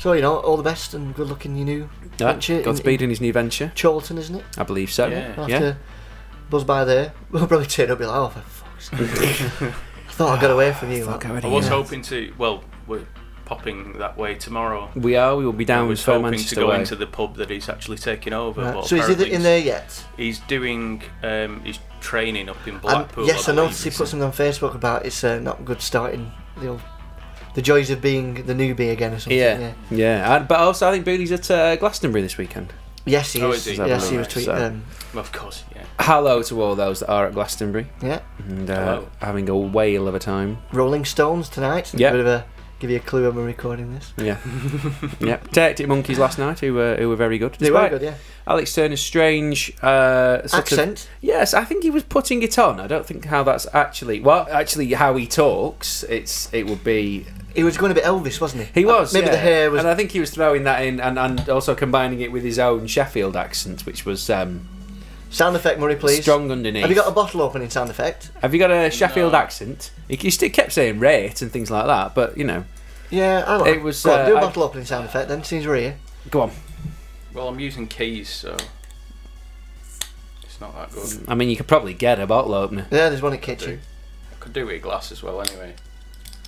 I: So you know, all the best and good luck in your new
E: Ah,
I: venture. in-
E: Godspeed in his new venture.
I: in Chorlton, isn't it?
E: I believe so.
G: Yeah.
I: I'll
E: Yeah,
I: have to buzz by there. We'll probably turn up and be like, oh, for fuck's sake. I thought I got away from you.
E: Fuck, I
I: man.
E: already
G: I was
E: know.
G: hoping to. Well, we're popping that way tomorrow.
E: we are. We will be
G: I
E: down with
G: was
E: Fair
G: hoping
E: Manchester
G: to go
E: way.
G: into the pub that he's actually taking over.
I: Right.
G: but
I: So is
G: apparently
I: he in there yet?
G: He's doing. Um, he's training up in
I: Um,
G: Blackpool.
I: yes, I noticed he
G: believe.
I: put something on Facebook about it's uh, not good starting the old, the joys of being the newbie again or something.
E: Yeah, yeah. And, but also, I think Booney's at uh, Glastonbury this weekend.
I: Yes, he
G: Oh,
I: is.
G: is he?
I: Yes, he was
E: Right,
I: tweeting.
E: so-
I: Um,
G: Of course, yeah.
E: Hello to all those that are at Glastonbury
I: yeah.
E: and uh,
G: Hello.
E: having a whale of a time.
I: Rolling Stones tonight.
E: Yeah.
I: Bit of a give you a clue when we're recording this.
E: Yeah, yeah. Tactic Monkeys last night, who were who were very good.
I: They were
E: Despite
I: good, yeah.
E: Alex Turner's strange uh, sort of-
I: Accent.
E: yes, I think he was putting it on. I don't think how that's actually well, actually how he talks. It's it would be
I: He was going a bit Elvis, wasn't he?
E: he was
I: Maybe the
E: yeah.
I: hair was
E: and I think he was throwing that in and, and also combining it with his own Sheffield accent, which was um,
I: Sound effect, Murray, please.
E: Strong underneath.
I: Have you got a bottle opening sound effect?
E: Have you got a Sheffield accent? He, he still kept saying rate and things like that, but you know.
I: Yeah, I like
E: It was,
I: Go on,
E: uh,
I: do a
E: I-
I: bottle opening sound effect then, since we're here.
E: Go on.
G: Well, I'm using keys, so it's not that good.
E: I mean, you could probably get a bottle opener.
I: Yeah, there's one in kitchen.
G: I could do it with glass as well, anyway.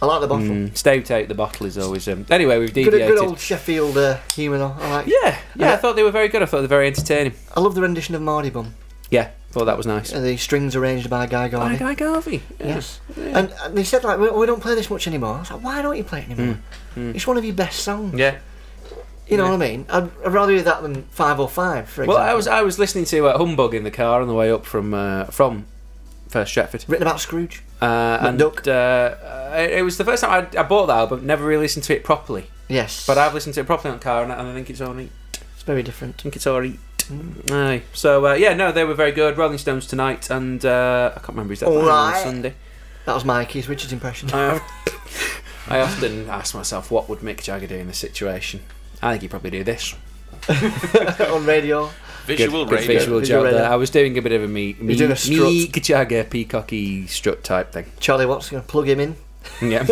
I: I like the bottle.
E: Mm, stout out the bottle is always. Um, anyway, we've
I: Good,
E: deviated.
I: good old Sheffield uh, humour. though, I like.
E: Yeah, yeah, I thought they were very good. I thought they were very entertaining.
I: I love the rendition of Mardy Bum.
E: Yeah, thought that was nice.
I: Uh, the strings arranged by Guy Garvey.
E: Guy Garvey. Yes.
I: And, and they said like, we, we don't play this much anymore. I was like, why don't you play it anymore?
E: Mm.
I: It's one of your best songs.
E: Yeah.
I: You know
E: Yeah.
I: what I mean? I'd, I'd rather hear that than 505, for example.
E: Well, I was I was listening to uh, Humbug in the car on the way up from uh, from First Stretford.
I: Written about Scrooge.
E: Uh, and uh, uh, it it was the first time I, I bought that album. Never really listened to it properly.
I: Yes.
E: But I've listened to it properly on car, and, I- and I think it's only.
I: It's very different. I
E: think it's already. Aye. So uh, yeah, no, they were very good. Rolling Stones tonight, and uh, I can't remember who's that
I: All
E: band on
I: right.
E: Sunday.
I: That was my Keith Richards impression.
E: I, I often ask myself, what would Mick Jagger do in this situation? I think he'd probably do this.
I: on radio.
E: good, good visual job there. I was doing a bit of a me, me,
I: doing a strut.
E: Mick Jagger peacocky strut type thing.
I: Charlie Watts going to plug him in.
E: Yeah.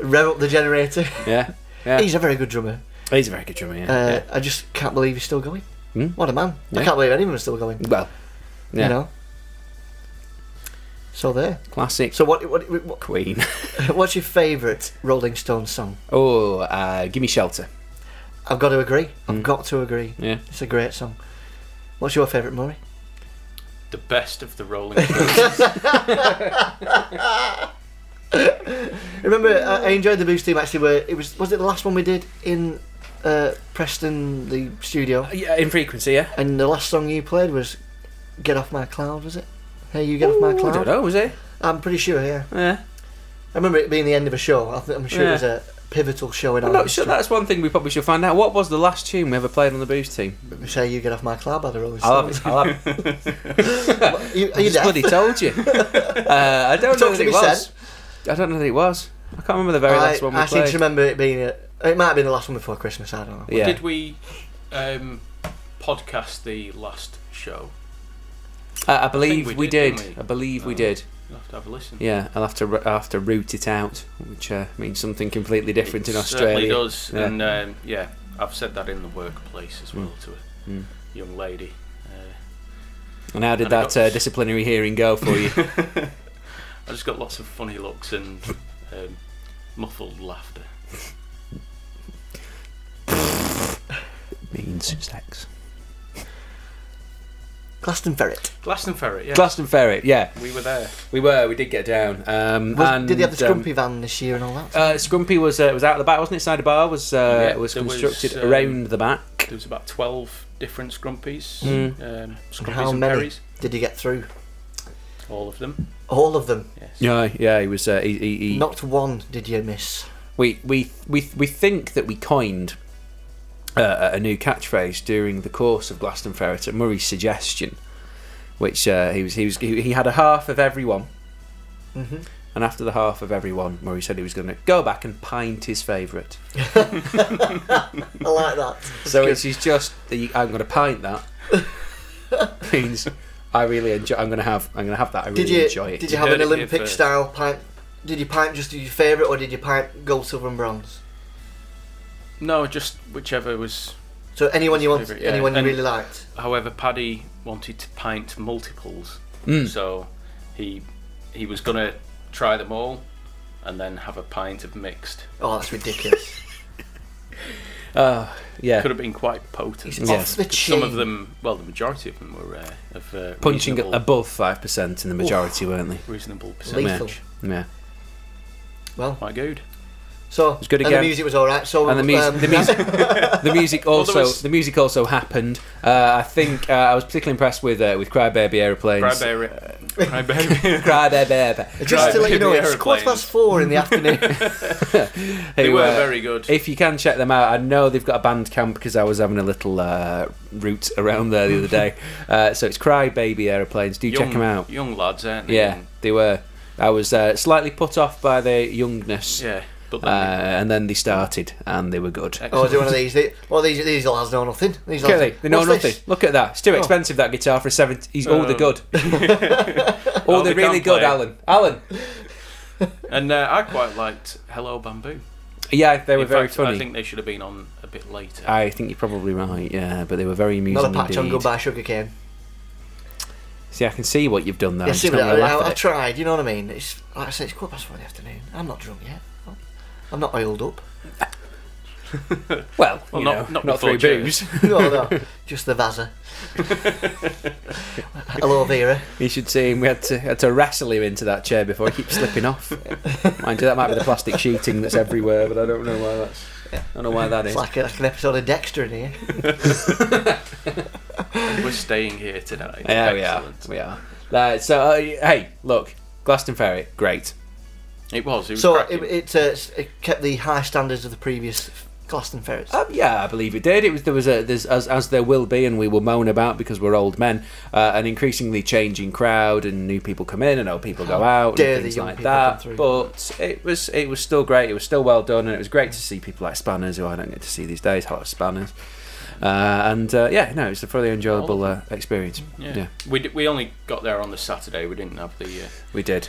I: Rev up the generator.
E: Yeah, yeah.
I: He's a very good drummer.
E: He's a very good drummer. Yeah.
I: uh,
E: yeah.
I: I just can't believe he's still going.
E: Hmm?
I: What a man. I
E: Yeah.
I: can't believe anyone's still going.
E: Well, yeah.
I: You know? So there.
E: Classic.
I: So what, what, what,
E: Queen.
I: what's your favourite Rolling Stones song?
E: Oh, uh, give me shelter.
I: I've got to agree.
E: Mm.
I: I've got to agree.
E: Yeah.
I: It's a great song. What's your favourite, Murray?
G: The best of the Rolling Stones.
I: Remember, I, I enjoyed the Boost team actually. Where it was, was it the last one we did in uh, Preston, the studio?
E: Yeah, in frequency, yeah.
I: And the last song you played was "Get Off My Cloud," was it? Hey, you get off my
E: Ooh, I
I: cloud.
E: don't know, was it?
I: I'm pretty sure, yeah.
E: Yeah.
I: I remember it being the end of a show. I think, I'm sure it
E: Yeah.
I: was a pivotal show in
E: I'm
I: our
E: not sure.
I: history.
E: That's one thing we probably should find out. What was the last tune we ever played on the Boost team?
I: We say you get off my cloud by the Rolling
E: I'll have
I: Stones.
E: it. I'll have it.
I: you,
E: I just bloody told you. Uh, I don't know
I: Talk
E: that
I: to me,
E: it was. I don't know that it was. I can't remember the very last
I: I,
E: one we
I: I seem
E: played.
I: to remember it being. A, it might have been the last one before Christmas. I don't know.
G: Did we um, podcast the last show?
E: Uh, I
G: think
E: believe we, did.
G: didn't Oh.
E: I believe we did.
G: You'll have to have a listen.
E: Yeah, I'll have to ru- I'll have to root it out, which uh, means something completely different in
G: Certainly
E: Australia.
G: does,
E: Yeah.
G: and um, yeah, I've said that in the workplace as well to a
E: Mm.
G: young lady. Uh,
E: And how did
G: and I
E: that
G: got-
E: uh, disciplinary hearing go for you?
G: I just got lots of funny looks and um, muffled laughter.
E: means sex.
I: Glastonbury.
G: Glastonbury, yeah.
E: Glastonbury, yeah.
G: We were there.
E: We were. We did get down. Um,
I: Was,
E: and,
I: did they have the
E: um,
I: Scrumpy van this year and all that?
E: Uh, Scrumpy was uh, was out the back, wasn't it? Side of bar was uh,
G: Yeah,
E: was
G: there was,
E: constructed
G: um,
E: around the back.
G: There was about twelve different scrumpies,
E: Mm.
G: um, scrumpies
I: And how
G: and
I: many
G: Perrys,
I: did you get through?
G: all of them.
I: All of them.
E: Yeah, yeah. He was. Uh, he, he, he-
I: Not one did you miss.
E: we we we we think that we coined uh, a new catchphrase during the course of Glastonbury at Murray's suggestion, which uh, he was he was he he had a half of everyone,
I: Mm-hmm.
E: and after the half of everyone, Murray said he was going to go back and pint his favourite.
I: I like that.
E: So it's he's just the, I'm going to pint that means I really enjoy. I'm going to have I'm going to have that. I really
I: Did you
E: enjoy it.
I: did you have an Olympic style pint? Did you pint just your favourite, or did you pint gold, silver, and bronze?
G: No, just whichever was.
I: So anyone you wanted-
G: want,
I: anyone you really liked.
G: However, Paddy wanted to pint multiples,
E: Mm.
G: so he he was gonna try them all, and then have a pint of mixed.
I: Oh, that's ridiculous.
E: Uh, yeah.
G: could have been quite potent.
E: He's Yes. off the
G: 'Cause Some of
E: chain.
G: them, well, the majority of them were uh, of uh,
E: punching
G: reasonable-
E: above five percent in the majority, weren't they?
G: Reasonable
E: Yeah.
G: percentage.
E: yeah.
I: Well,
G: quite good.
I: So it
E: was good
I: And
E: again.
I: the music was all right. So
E: and the music,
I: um,
E: the music, the music
I: Well, there
E: also,
I: was-
E: the music also happened. Uh, I think uh, I was particularly impressed with uh, with Crybaby Aeroplanes.
G: Crybaby. Crybaby.
E: Crybaby.
I: Just to let you know, it's quarter past four in the afternoon.
G: They
E: who,
G: were
E: uh,
G: very good.
E: If you can check them out, I know they've got a band camp because I was having a little uh, route around there the other day. uh, so it's Crybaby Aeroplanes. Do check
G: Young-
E: them out.
G: Young lads, aren't they?
E: Yeah, they were. I was uh, slightly put off by their youngness.
G: Yeah,
E: uh, and then they started, and they were good.
I: Oh, is it one of these? They, well, these these lads know nothing. These
E: Look
I: lads,
E: at they, they know
I: What's
E: nothing.
I: this?
E: Look at that. It's too
I: Oh.
E: expensive that guitar for a seventy. He's oh,
G: Oh.
E: they're good. oh,
G: they
E: they're
G: can't play
E: really good,
G: it.
E: Alan. Alan.
G: And uh, I quite liked Hello Bamboo.
E: Yeah, they were
G: In
E: very
G: fact,
E: funny.
G: I think they should have been on a bit later.
E: I think you're probably right. Yeah, but they were very amusing
I: Another patch on
E: indeed.
I: Goodbye Sugarcane.
E: See, I can see what you've done there.
I: Yeah,
E: I'm
I: see
E: just
I: what
E: not
I: I,
E: going to laugh
I: I, I
E: at it.
I: tried. You know what I mean? It's like I say, it's quarter past four in the afternoon. I'm not drunk yet. I'm not oiled up.
E: well,
G: Well, you not- know, not not before through church. booze.
I: no, no, just the Vazza. Hello, Vera.
E: You should see him. We had to had to wrestle him into that chair before he keeps slipping off. Mind you, that might be the plastic sheeting that's everywhere, but I don't know why that's. I don't know why that
I: It's
E: is.
I: like, a, like an episode of Dexter in here.
G: We're staying here tonight.
E: Yeah, we are. We are. Uh, so, uh, hey, look, Glastonbury, great.
G: It was. It was
I: so
G: cracking.
I: it, it, uh, s- it kept the high standards of the previous Glastonbury.
E: Uh, yeah, I believe it did. It was there was a there's as as there will be, and we will moan about because we're old men. Uh, an increasingly changing crowd, and new people come in, and old people go
I: How
E: out,
I: dare the
E: and things
I: young
E: like
I: people come
E: that.
I: through.
E: But it was it was still great. It was still well done, and it was great to see people like Spanners, who I don't get to see these days. Hello, Spanners. Uh, and uh, yeah, no, it was a fairly enjoyable uh, experience.
G: Yeah. We, d- we only got there on the Saturday. We didn't have the uh,
E: we did.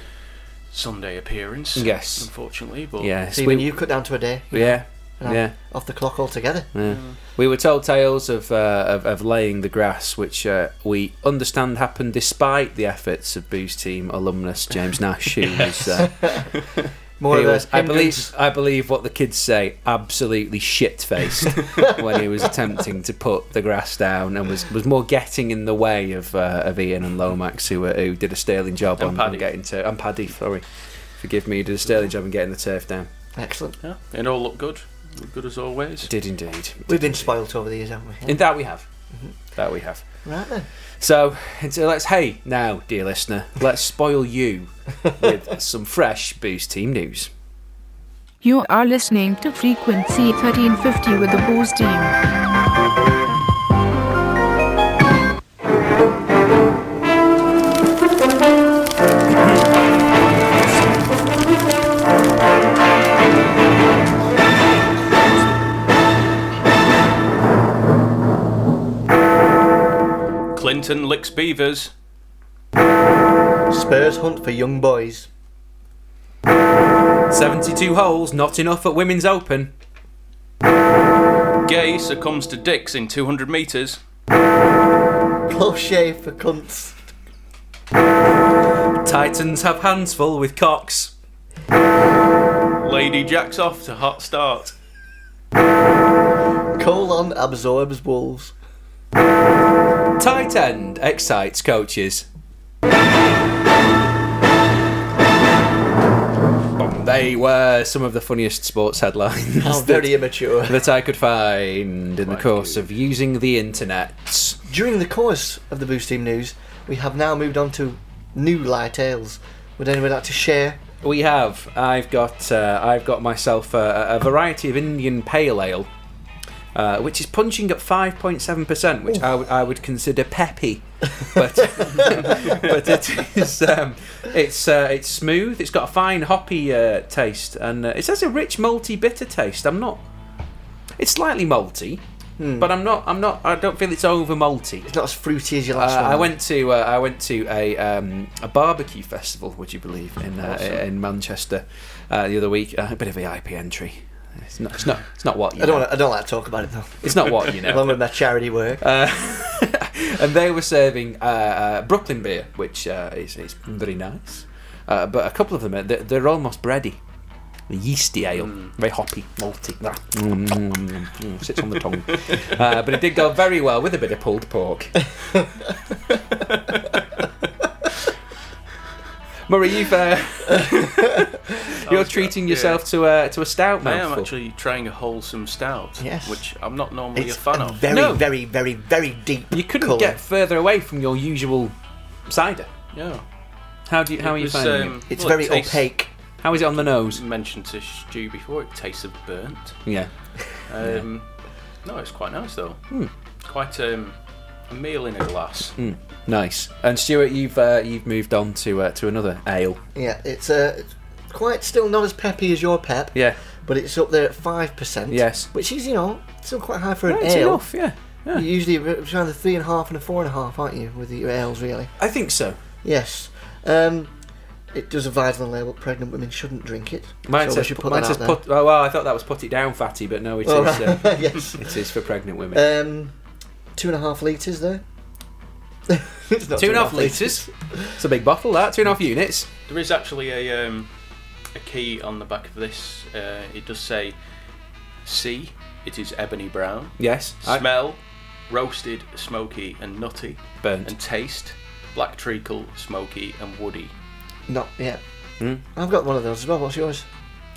G: Sunday appearance.
E: Yes.
G: Unfortunately, but
E: Yes,
I: See,
E: we-
I: when you cut down to a day.
E: Yeah,
I: And I'm
E: yeah.
I: Off the clock altogether.
E: Yeah. We were told tales of, uh, of of laying the grass, which uh, we understand happened despite the efforts of Booze Team alumnus James Nash, who was, uh,
I: More
E: he
I: of a
E: was I
I: hindrance.
E: believe I believe what the kids say, absolutely shit faced when he was attempting to put the grass down, and was, was more getting in the way of uh, of Ian and Lomax, who were, who did a sterling job
G: And
E: on, on
G: Paddy.
E: getting to and Paddy, sorry, forgive me, who did a sterling job on getting the turf down.
I: Excellent.
G: Yeah. It all looked good. Looked Good as always.
E: Did indeed.
I: We've been spoilt over the years, haven't we?
E: In that we have.
G: Mm-hmm.
E: That we have.
I: Right then.
E: So, so let's hey now, dear listener, let's spoil you with some fresh Boost Team news.
K: You are listening to Frequency 1350 with the Booze Team.
G: Clinton licks beavers.
I: Spurs hunt for young boys.
E: 72 holes, not enough at Women's Open.
G: Gay succumbs to dicks in 200 metres.
I: Close shave for cunts.
E: Titans have hands full with cocks.
G: Lady jacks off to hot start.
I: Colon absorbs wolves.
E: Tight end excites coaches. They were some of the funniest sports headlines
I: How very immature.
E: that I could find in the course of using the internet.
I: During the course of the Boost Team news, we have now moved on to new lie tales. Would anyone like to share?
E: We have. I've got. Uh, I've got myself a, a variety of Indian pale ale, uh, which is punching at five point seven percent, which I would- I would consider peppy, but but it is. Um, it's uh, it's smooth. It's got a fine hoppy uh, taste, and uh, it has a rich malty bitter taste. I'm not. It's slightly malty, but I'm not. I'm not. I don't feel it's over malty.
I: It's not as fruity as your
E: Uh,
I: last one.
E: I went to uh, I went to a um, a barbecue festival. Would you believe in uh, in Manchester uh, the other week? Uh, a bit of VIP entry. It's not. It's not. It's not what you.
I: I don't.
E: know.
I: wanna- I don't like to talk about it though.
E: It's not what you know.
I: Along with my charity work.
E: Uh, and they were serving uh, uh, Brooklyn beer, which uh, is, is very nice. Uh, but a couple of them, uh, they're, they're almost bready. The yeasty ale,
G: Mm.
E: very hoppy, malty. Ah, mm, mm, mm, mm, sits on the tongue. uh, but it did go very well with a bit of pulled pork. Murray, you've uh, you're treating yourself to a to a stout
G: I am
E: mouthful.
G: actually trying a wholesome stout,
I: Yes.
G: which I'm not normally
I: it's
G: a fan
I: a
G: of.
I: very,
E: No.
I: very, very, very deep.
E: You couldn't
I: colour.
E: get further away from your usual cider.
G: Yeah.
E: How do you, how
G: It
E: are you
G: was,
E: finding
G: um,
E: it?
I: It's
G: well, it
I: very
G: tastes-
I: opaque.
E: How is it on the nose?
G: Mentioned to Stu before, it tastes of burnt.
E: Yeah. Hmm.
G: Um, No, it's quite nice though. Quite um, a meal in a glass.
E: Nice. And Stuart, you've uh, you've moved on to uh, to another ale.
I: Yeah, it's uh, it's quite still not as peppy as your pep.
E: Yeah.
I: but it's up there at five percent.
E: Yes.
I: which is you know still quite high for
E: Yeah,
I: an
E: it's
I: ale.
E: enough, yeah, yeah.
I: You're usually between the three and a half and a four and a half, aren't you, with your ales really?
E: I think so.
I: Yes. Um, it does advise on the label pregnant women shouldn't drink it.
E: Mine
I: so we
E: says,
I: should put
E: mine
I: that
E: says
I: out there.
E: put, oh, well, I thought that was put it down fatty, but no, it is.
I: Oh,
E: Uh,
I: right. Yes.
E: It is for pregnant women.
I: Um, two and a half litres there. It's not
E: two and a half litres. It's a big bottle, that. Two and a half units.
G: There is actually a um, a key on the back of this. Uh, it does say C. It is ebony brown.
E: Yes, I-
G: Smell roasted, smoky, and nutty.
E: Burnt.
G: And taste black treacle, smoky, and woody.
I: Not yet.
E: Hmm?
I: I've got one of those as well. What's yours?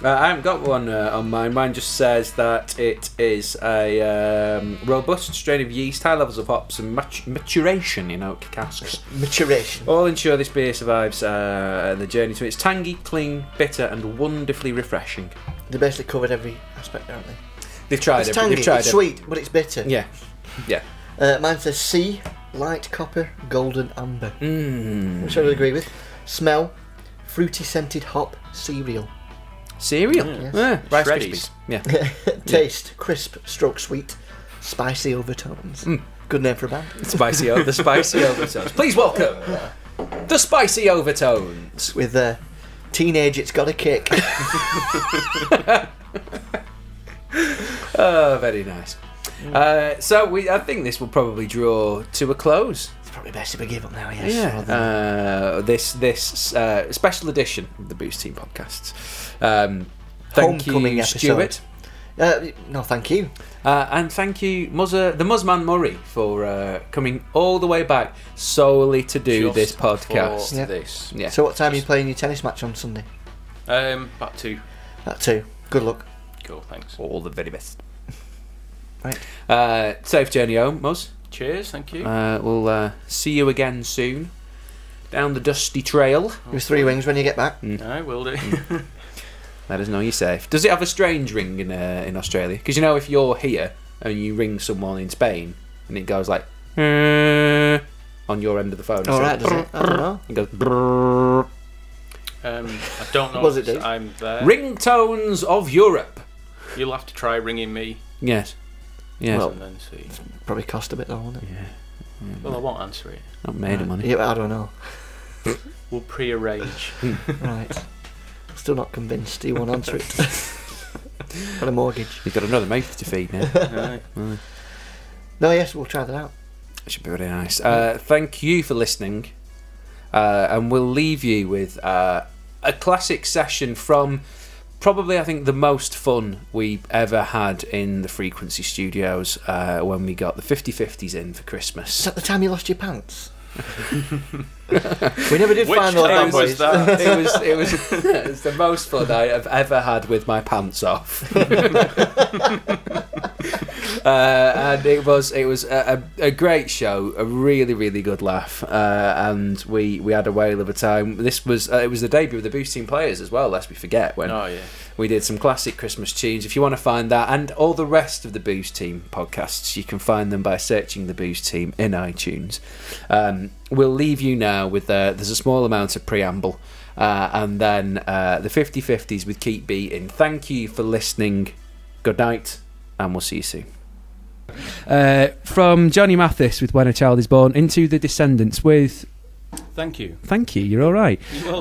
E: Uh, I haven't got one uh, on mine. Mine just says that it is a um, robust strain of yeast, high levels of hops, and mat- maturation in oak casks.
I: Maturation.
E: All ensure this beer survives uh, the journey to its tangy, clean, bitter, and wonderfully refreshing.
I: They basically covered every aspect, aren't they?
E: They've tried
I: it's
E: every-
I: tangy,
E: they've tried
I: it's
E: every-
I: sweet, but it's bitter.
E: Yeah. Yeah.
I: Uh, mine says C, light copper, golden amber.
E: Mm.
I: Which I would agree with. Smell, fruity scented hop, cereal.
E: Cereal?
I: Yes.
E: Yeah, Rice Krispies. Yeah.
I: Taste, crisp, stroke sweet, spicy overtones.
E: Hmm.
I: Good name for a band.
E: Spicy o- the spicy overtones. Please welcome the spicy overtones
I: with uh, teenage. It's got a kick.
E: Oh, very nice.
I: Mm.
E: Uh, so we, I think this will probably draw to a close. It's
I: probably best if we give up now. Yes.
E: Yeah. Uh, this this uh, special edition of the Boost Team podcasts. Um, thank
I: Homecoming
E: you,
I: episode.
E: Stuart.
I: Uh, no, thank you.
E: Uh, and thank you, Muzza, the Muzzman Murray, for uh, coming all the way back solely to do
G: Just
E: this podcast.
G: for Yeah. this.
E: Yeah.
I: So what time are you playing your tennis match on Sunday?
G: Um, back to
I: At two. Good luck.
G: cool. Thanks.
E: All the very best.
I: Right.
E: Uh, safe journey home, Muzz.
G: Cheers. Thank you.
E: Uh, we'll uh, see you again soon down the dusty trail.
I: It was three wings when you get back.
E: Hmm.
G: I will do.
E: Let us know you're safe. Does it have a strange ring in uh, in Australia? Because you know, if you're here and you ring someone in Spain and it goes like "Eh," on your end of the phone, it's
I: All
E: like,
I: right, does it? I don't know.
E: It goes. "Brrr."
G: Um, I don't know.
E: Was it
G: if
E: Dave?
G: I'm there.
E: Ringtones of Europe.
G: You'll have to try ringing me.
E: Yes. Yes.
G: And then see.
I: Probably cost a bit though, won't it?
E: Yeah.
G: Well, I won't answer it.
E: Not made of money.
I: Yeah, I don't know.
G: We'll pre-arrange.
I: right. Still not convinced. He won't answer it. Got a mortgage.
E: You've got another mouth to feed now.
I: Right.
E: Right.
I: No, yes, we'll try that out.
E: That should be very nice. Uh, thank you for listening. Uh, and we'll leave you with uh, a classic session from probably, I think, the most fun we ever had in the Frequency Studios uh, when we got the 50 50s in for Christmas.
I: Is that the time you lost your pants? we never did find all
E: time
I: that.
E: was that? it was it was it was the most fun I have ever had with my pants off. uh, and it was it was a, a, a great show, a really really good laugh, uh, and we we had a whale of a time. This was uh, it was the debut of the Boost Team players as well. Lest we forget when
G: Oh, yeah.
E: we did some classic Christmas tunes. If you want to find that and all the rest of the Boost Team podcasts, you can find them by searching the Boost Team in iTunes. Um, we'll leave you now with uh, there's a small amount of preamble. Uh, and then uh, the 50 50s with Keep Beating. Thank you for listening. Good night, and we'll see you soon. Uh, from Johnny Mathis with When a Child is Born into The Descendants with.
G: Thank you.
E: Thank you, you're all right.
G: You're welcome.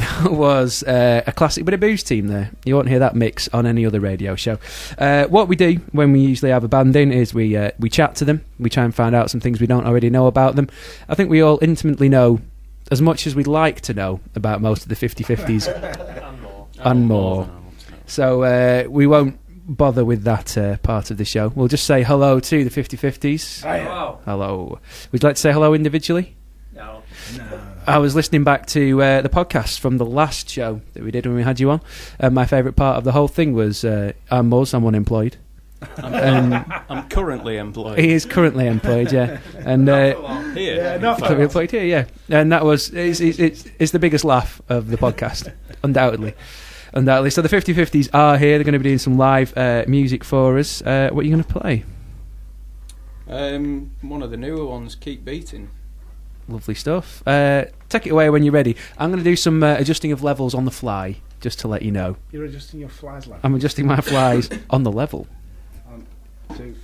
E: Uh, that was uh, a classic bit of booze team there. You won't hear that mix on any other radio show. Uh, what we do when we usually have a band in is we, uh, we chat to them, we try and find out some things we don't already know about them. I think we all intimately know as much as we'd like to know about most of the 50 50s
G: And more.
E: and more. So uh, we won't bother with that uh, part of the show. We'll just say hello to the 5050s.
G: Hiya. Hello.
E: Hello. Would you like to say hello individually?
G: No.
E: I was listening back to uh, the podcast from the last show that we did when we had you on, and my favourite part of the whole thing was uh, I'm Moz, I'm unemployed.
G: I'm,
E: Um,
G: I'm currently employed.
E: he is currently employed, yeah, and uh,
G: Here.
E: currently employed here, yeah, and that was it's, it's, it's, it's the biggest laugh of the podcast, undoubtedly, undoubtedly. So the 50-50s are here. They're going to be doing some live uh, music for us. Uh, what are you going to play?
G: Um, one of the newer ones, Keep Beating.
E: Lovely stuff. Uh, take it away when you're ready. I'm going to do some uh, adjusting of levels on the fly. just to let you know.
H: You're adjusting your flies like
E: I'm adjusting my flies on the level.
H: One, two,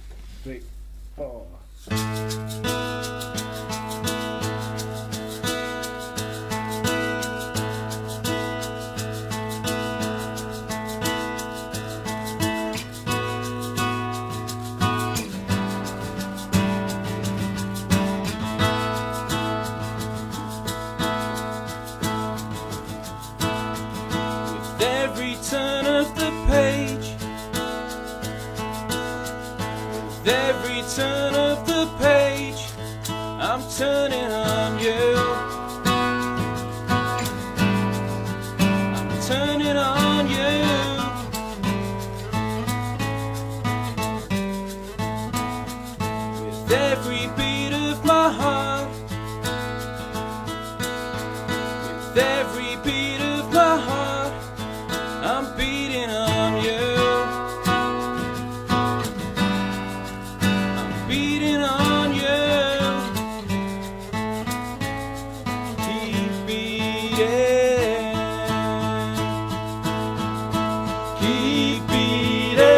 H: three, four.
G: With every turn of the page, with every turn of the page, I'm turning on you. I'm turning on you. With every beat of my heart, with every beat of my heart. I'm beating on you. I'm beating on you. Keep beating. Keep beating.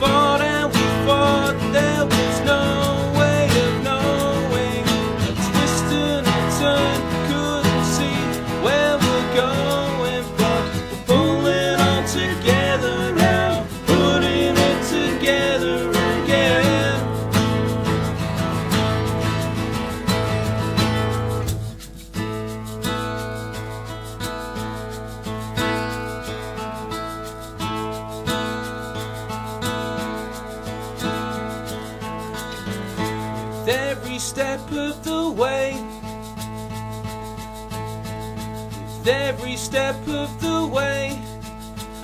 G: Fought and we fought. There was no way of knowing twisted and turned, couldn't see where we're going, but we're pulling on together now, putting it together again. With every step of the way. With every step of the way,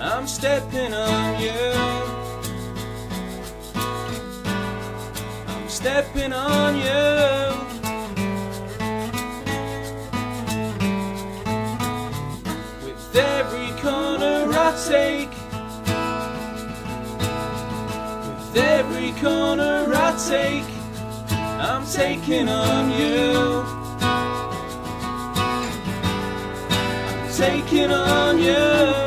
G: I'm stepping on you. I'm stepping on you. With every corner I take. With every corner I take. I'm taking on you. I'm taking on you.